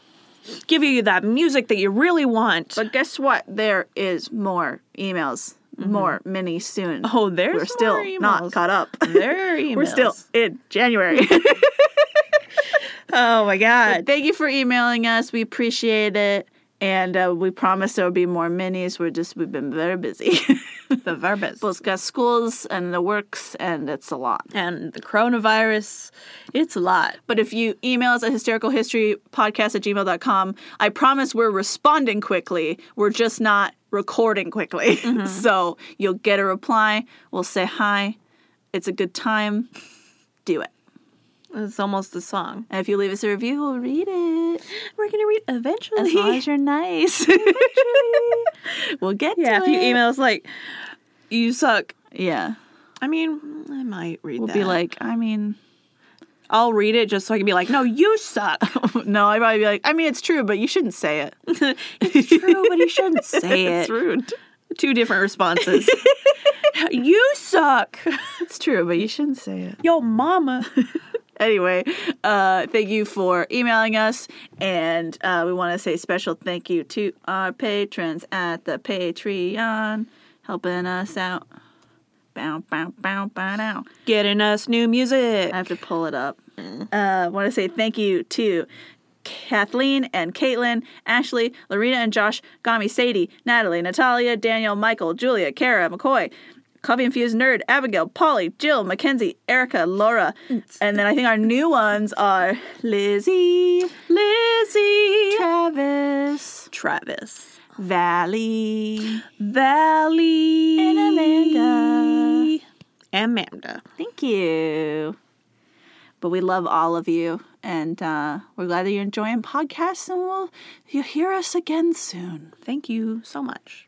[SPEAKER 2] give you that music that you really want.
[SPEAKER 1] But guess what? There is more emails, more mini soon.
[SPEAKER 2] Mm-hmm. oh, there's
[SPEAKER 1] We're still
[SPEAKER 2] more emails.
[SPEAKER 1] not caught up.
[SPEAKER 2] There are emails.
[SPEAKER 1] We're still in January.
[SPEAKER 2] Oh my god.
[SPEAKER 1] Thank you for emailing us. We appreciate it. And uh, we promise there will be more minis. We're just, we've been very busy.
[SPEAKER 2] The verbis.
[SPEAKER 1] Both got schools and the works, and it's a lot.
[SPEAKER 2] and the coronavirus. It's a lot.
[SPEAKER 1] But if you email us at hystericalhistorypodcast at gmail.com, I promise we're responding quickly. We're just not recording quickly. so you'll get a reply. We'll say hi. It's a good time. Do it.
[SPEAKER 2] It's almost a song.
[SPEAKER 1] And if you leave us a review, we'll read it.
[SPEAKER 2] We're gonna read eventually.
[SPEAKER 1] As long as you're nice. we'll get
[SPEAKER 2] yeah,
[SPEAKER 1] to
[SPEAKER 2] if you
[SPEAKER 1] it.
[SPEAKER 2] email us like you suck.
[SPEAKER 1] Yeah.
[SPEAKER 2] I mean, I might read
[SPEAKER 1] We'll
[SPEAKER 2] that.
[SPEAKER 1] be like, I mean,
[SPEAKER 2] I'll read it just so I can be like, no, you suck.
[SPEAKER 1] no, I'd probably be like, I mean, it's true, but you shouldn't say it.
[SPEAKER 2] it's true, but you shouldn't say
[SPEAKER 1] it's rude.
[SPEAKER 2] Two different responses. you suck.
[SPEAKER 1] It's true, but you shouldn't say it.
[SPEAKER 2] Yo, mama.
[SPEAKER 1] anyway, uh, thank you for emailing us, and uh, we want to say special thank you to our patrons at the Patreon, helping us out. Bow, bow, bow, bow, now.
[SPEAKER 2] Getting us new music.
[SPEAKER 1] I have to pull it up. Uh, want to say thank you to Kathleen and Caitlin, Ashley, Lorena and Josh, Gami, Sadie, Natalie, Natalia, Daniel, Michael, Julia, Kara, McCoy, Coffee Infused Nerd, Abigail, Polly, Jill, Mackenzie, Erica, Laura, and then I think our new ones are Lizzie,
[SPEAKER 2] Lizzie.
[SPEAKER 1] Travis,
[SPEAKER 2] Travis.
[SPEAKER 1] Valley.
[SPEAKER 2] Valley.
[SPEAKER 1] And Amanda.
[SPEAKER 2] Amanda.
[SPEAKER 1] Thank you. But we love all of you, and uh, we're glad that you're enjoying podcasts, and we'll you hear us again soon.
[SPEAKER 2] Thank you so much.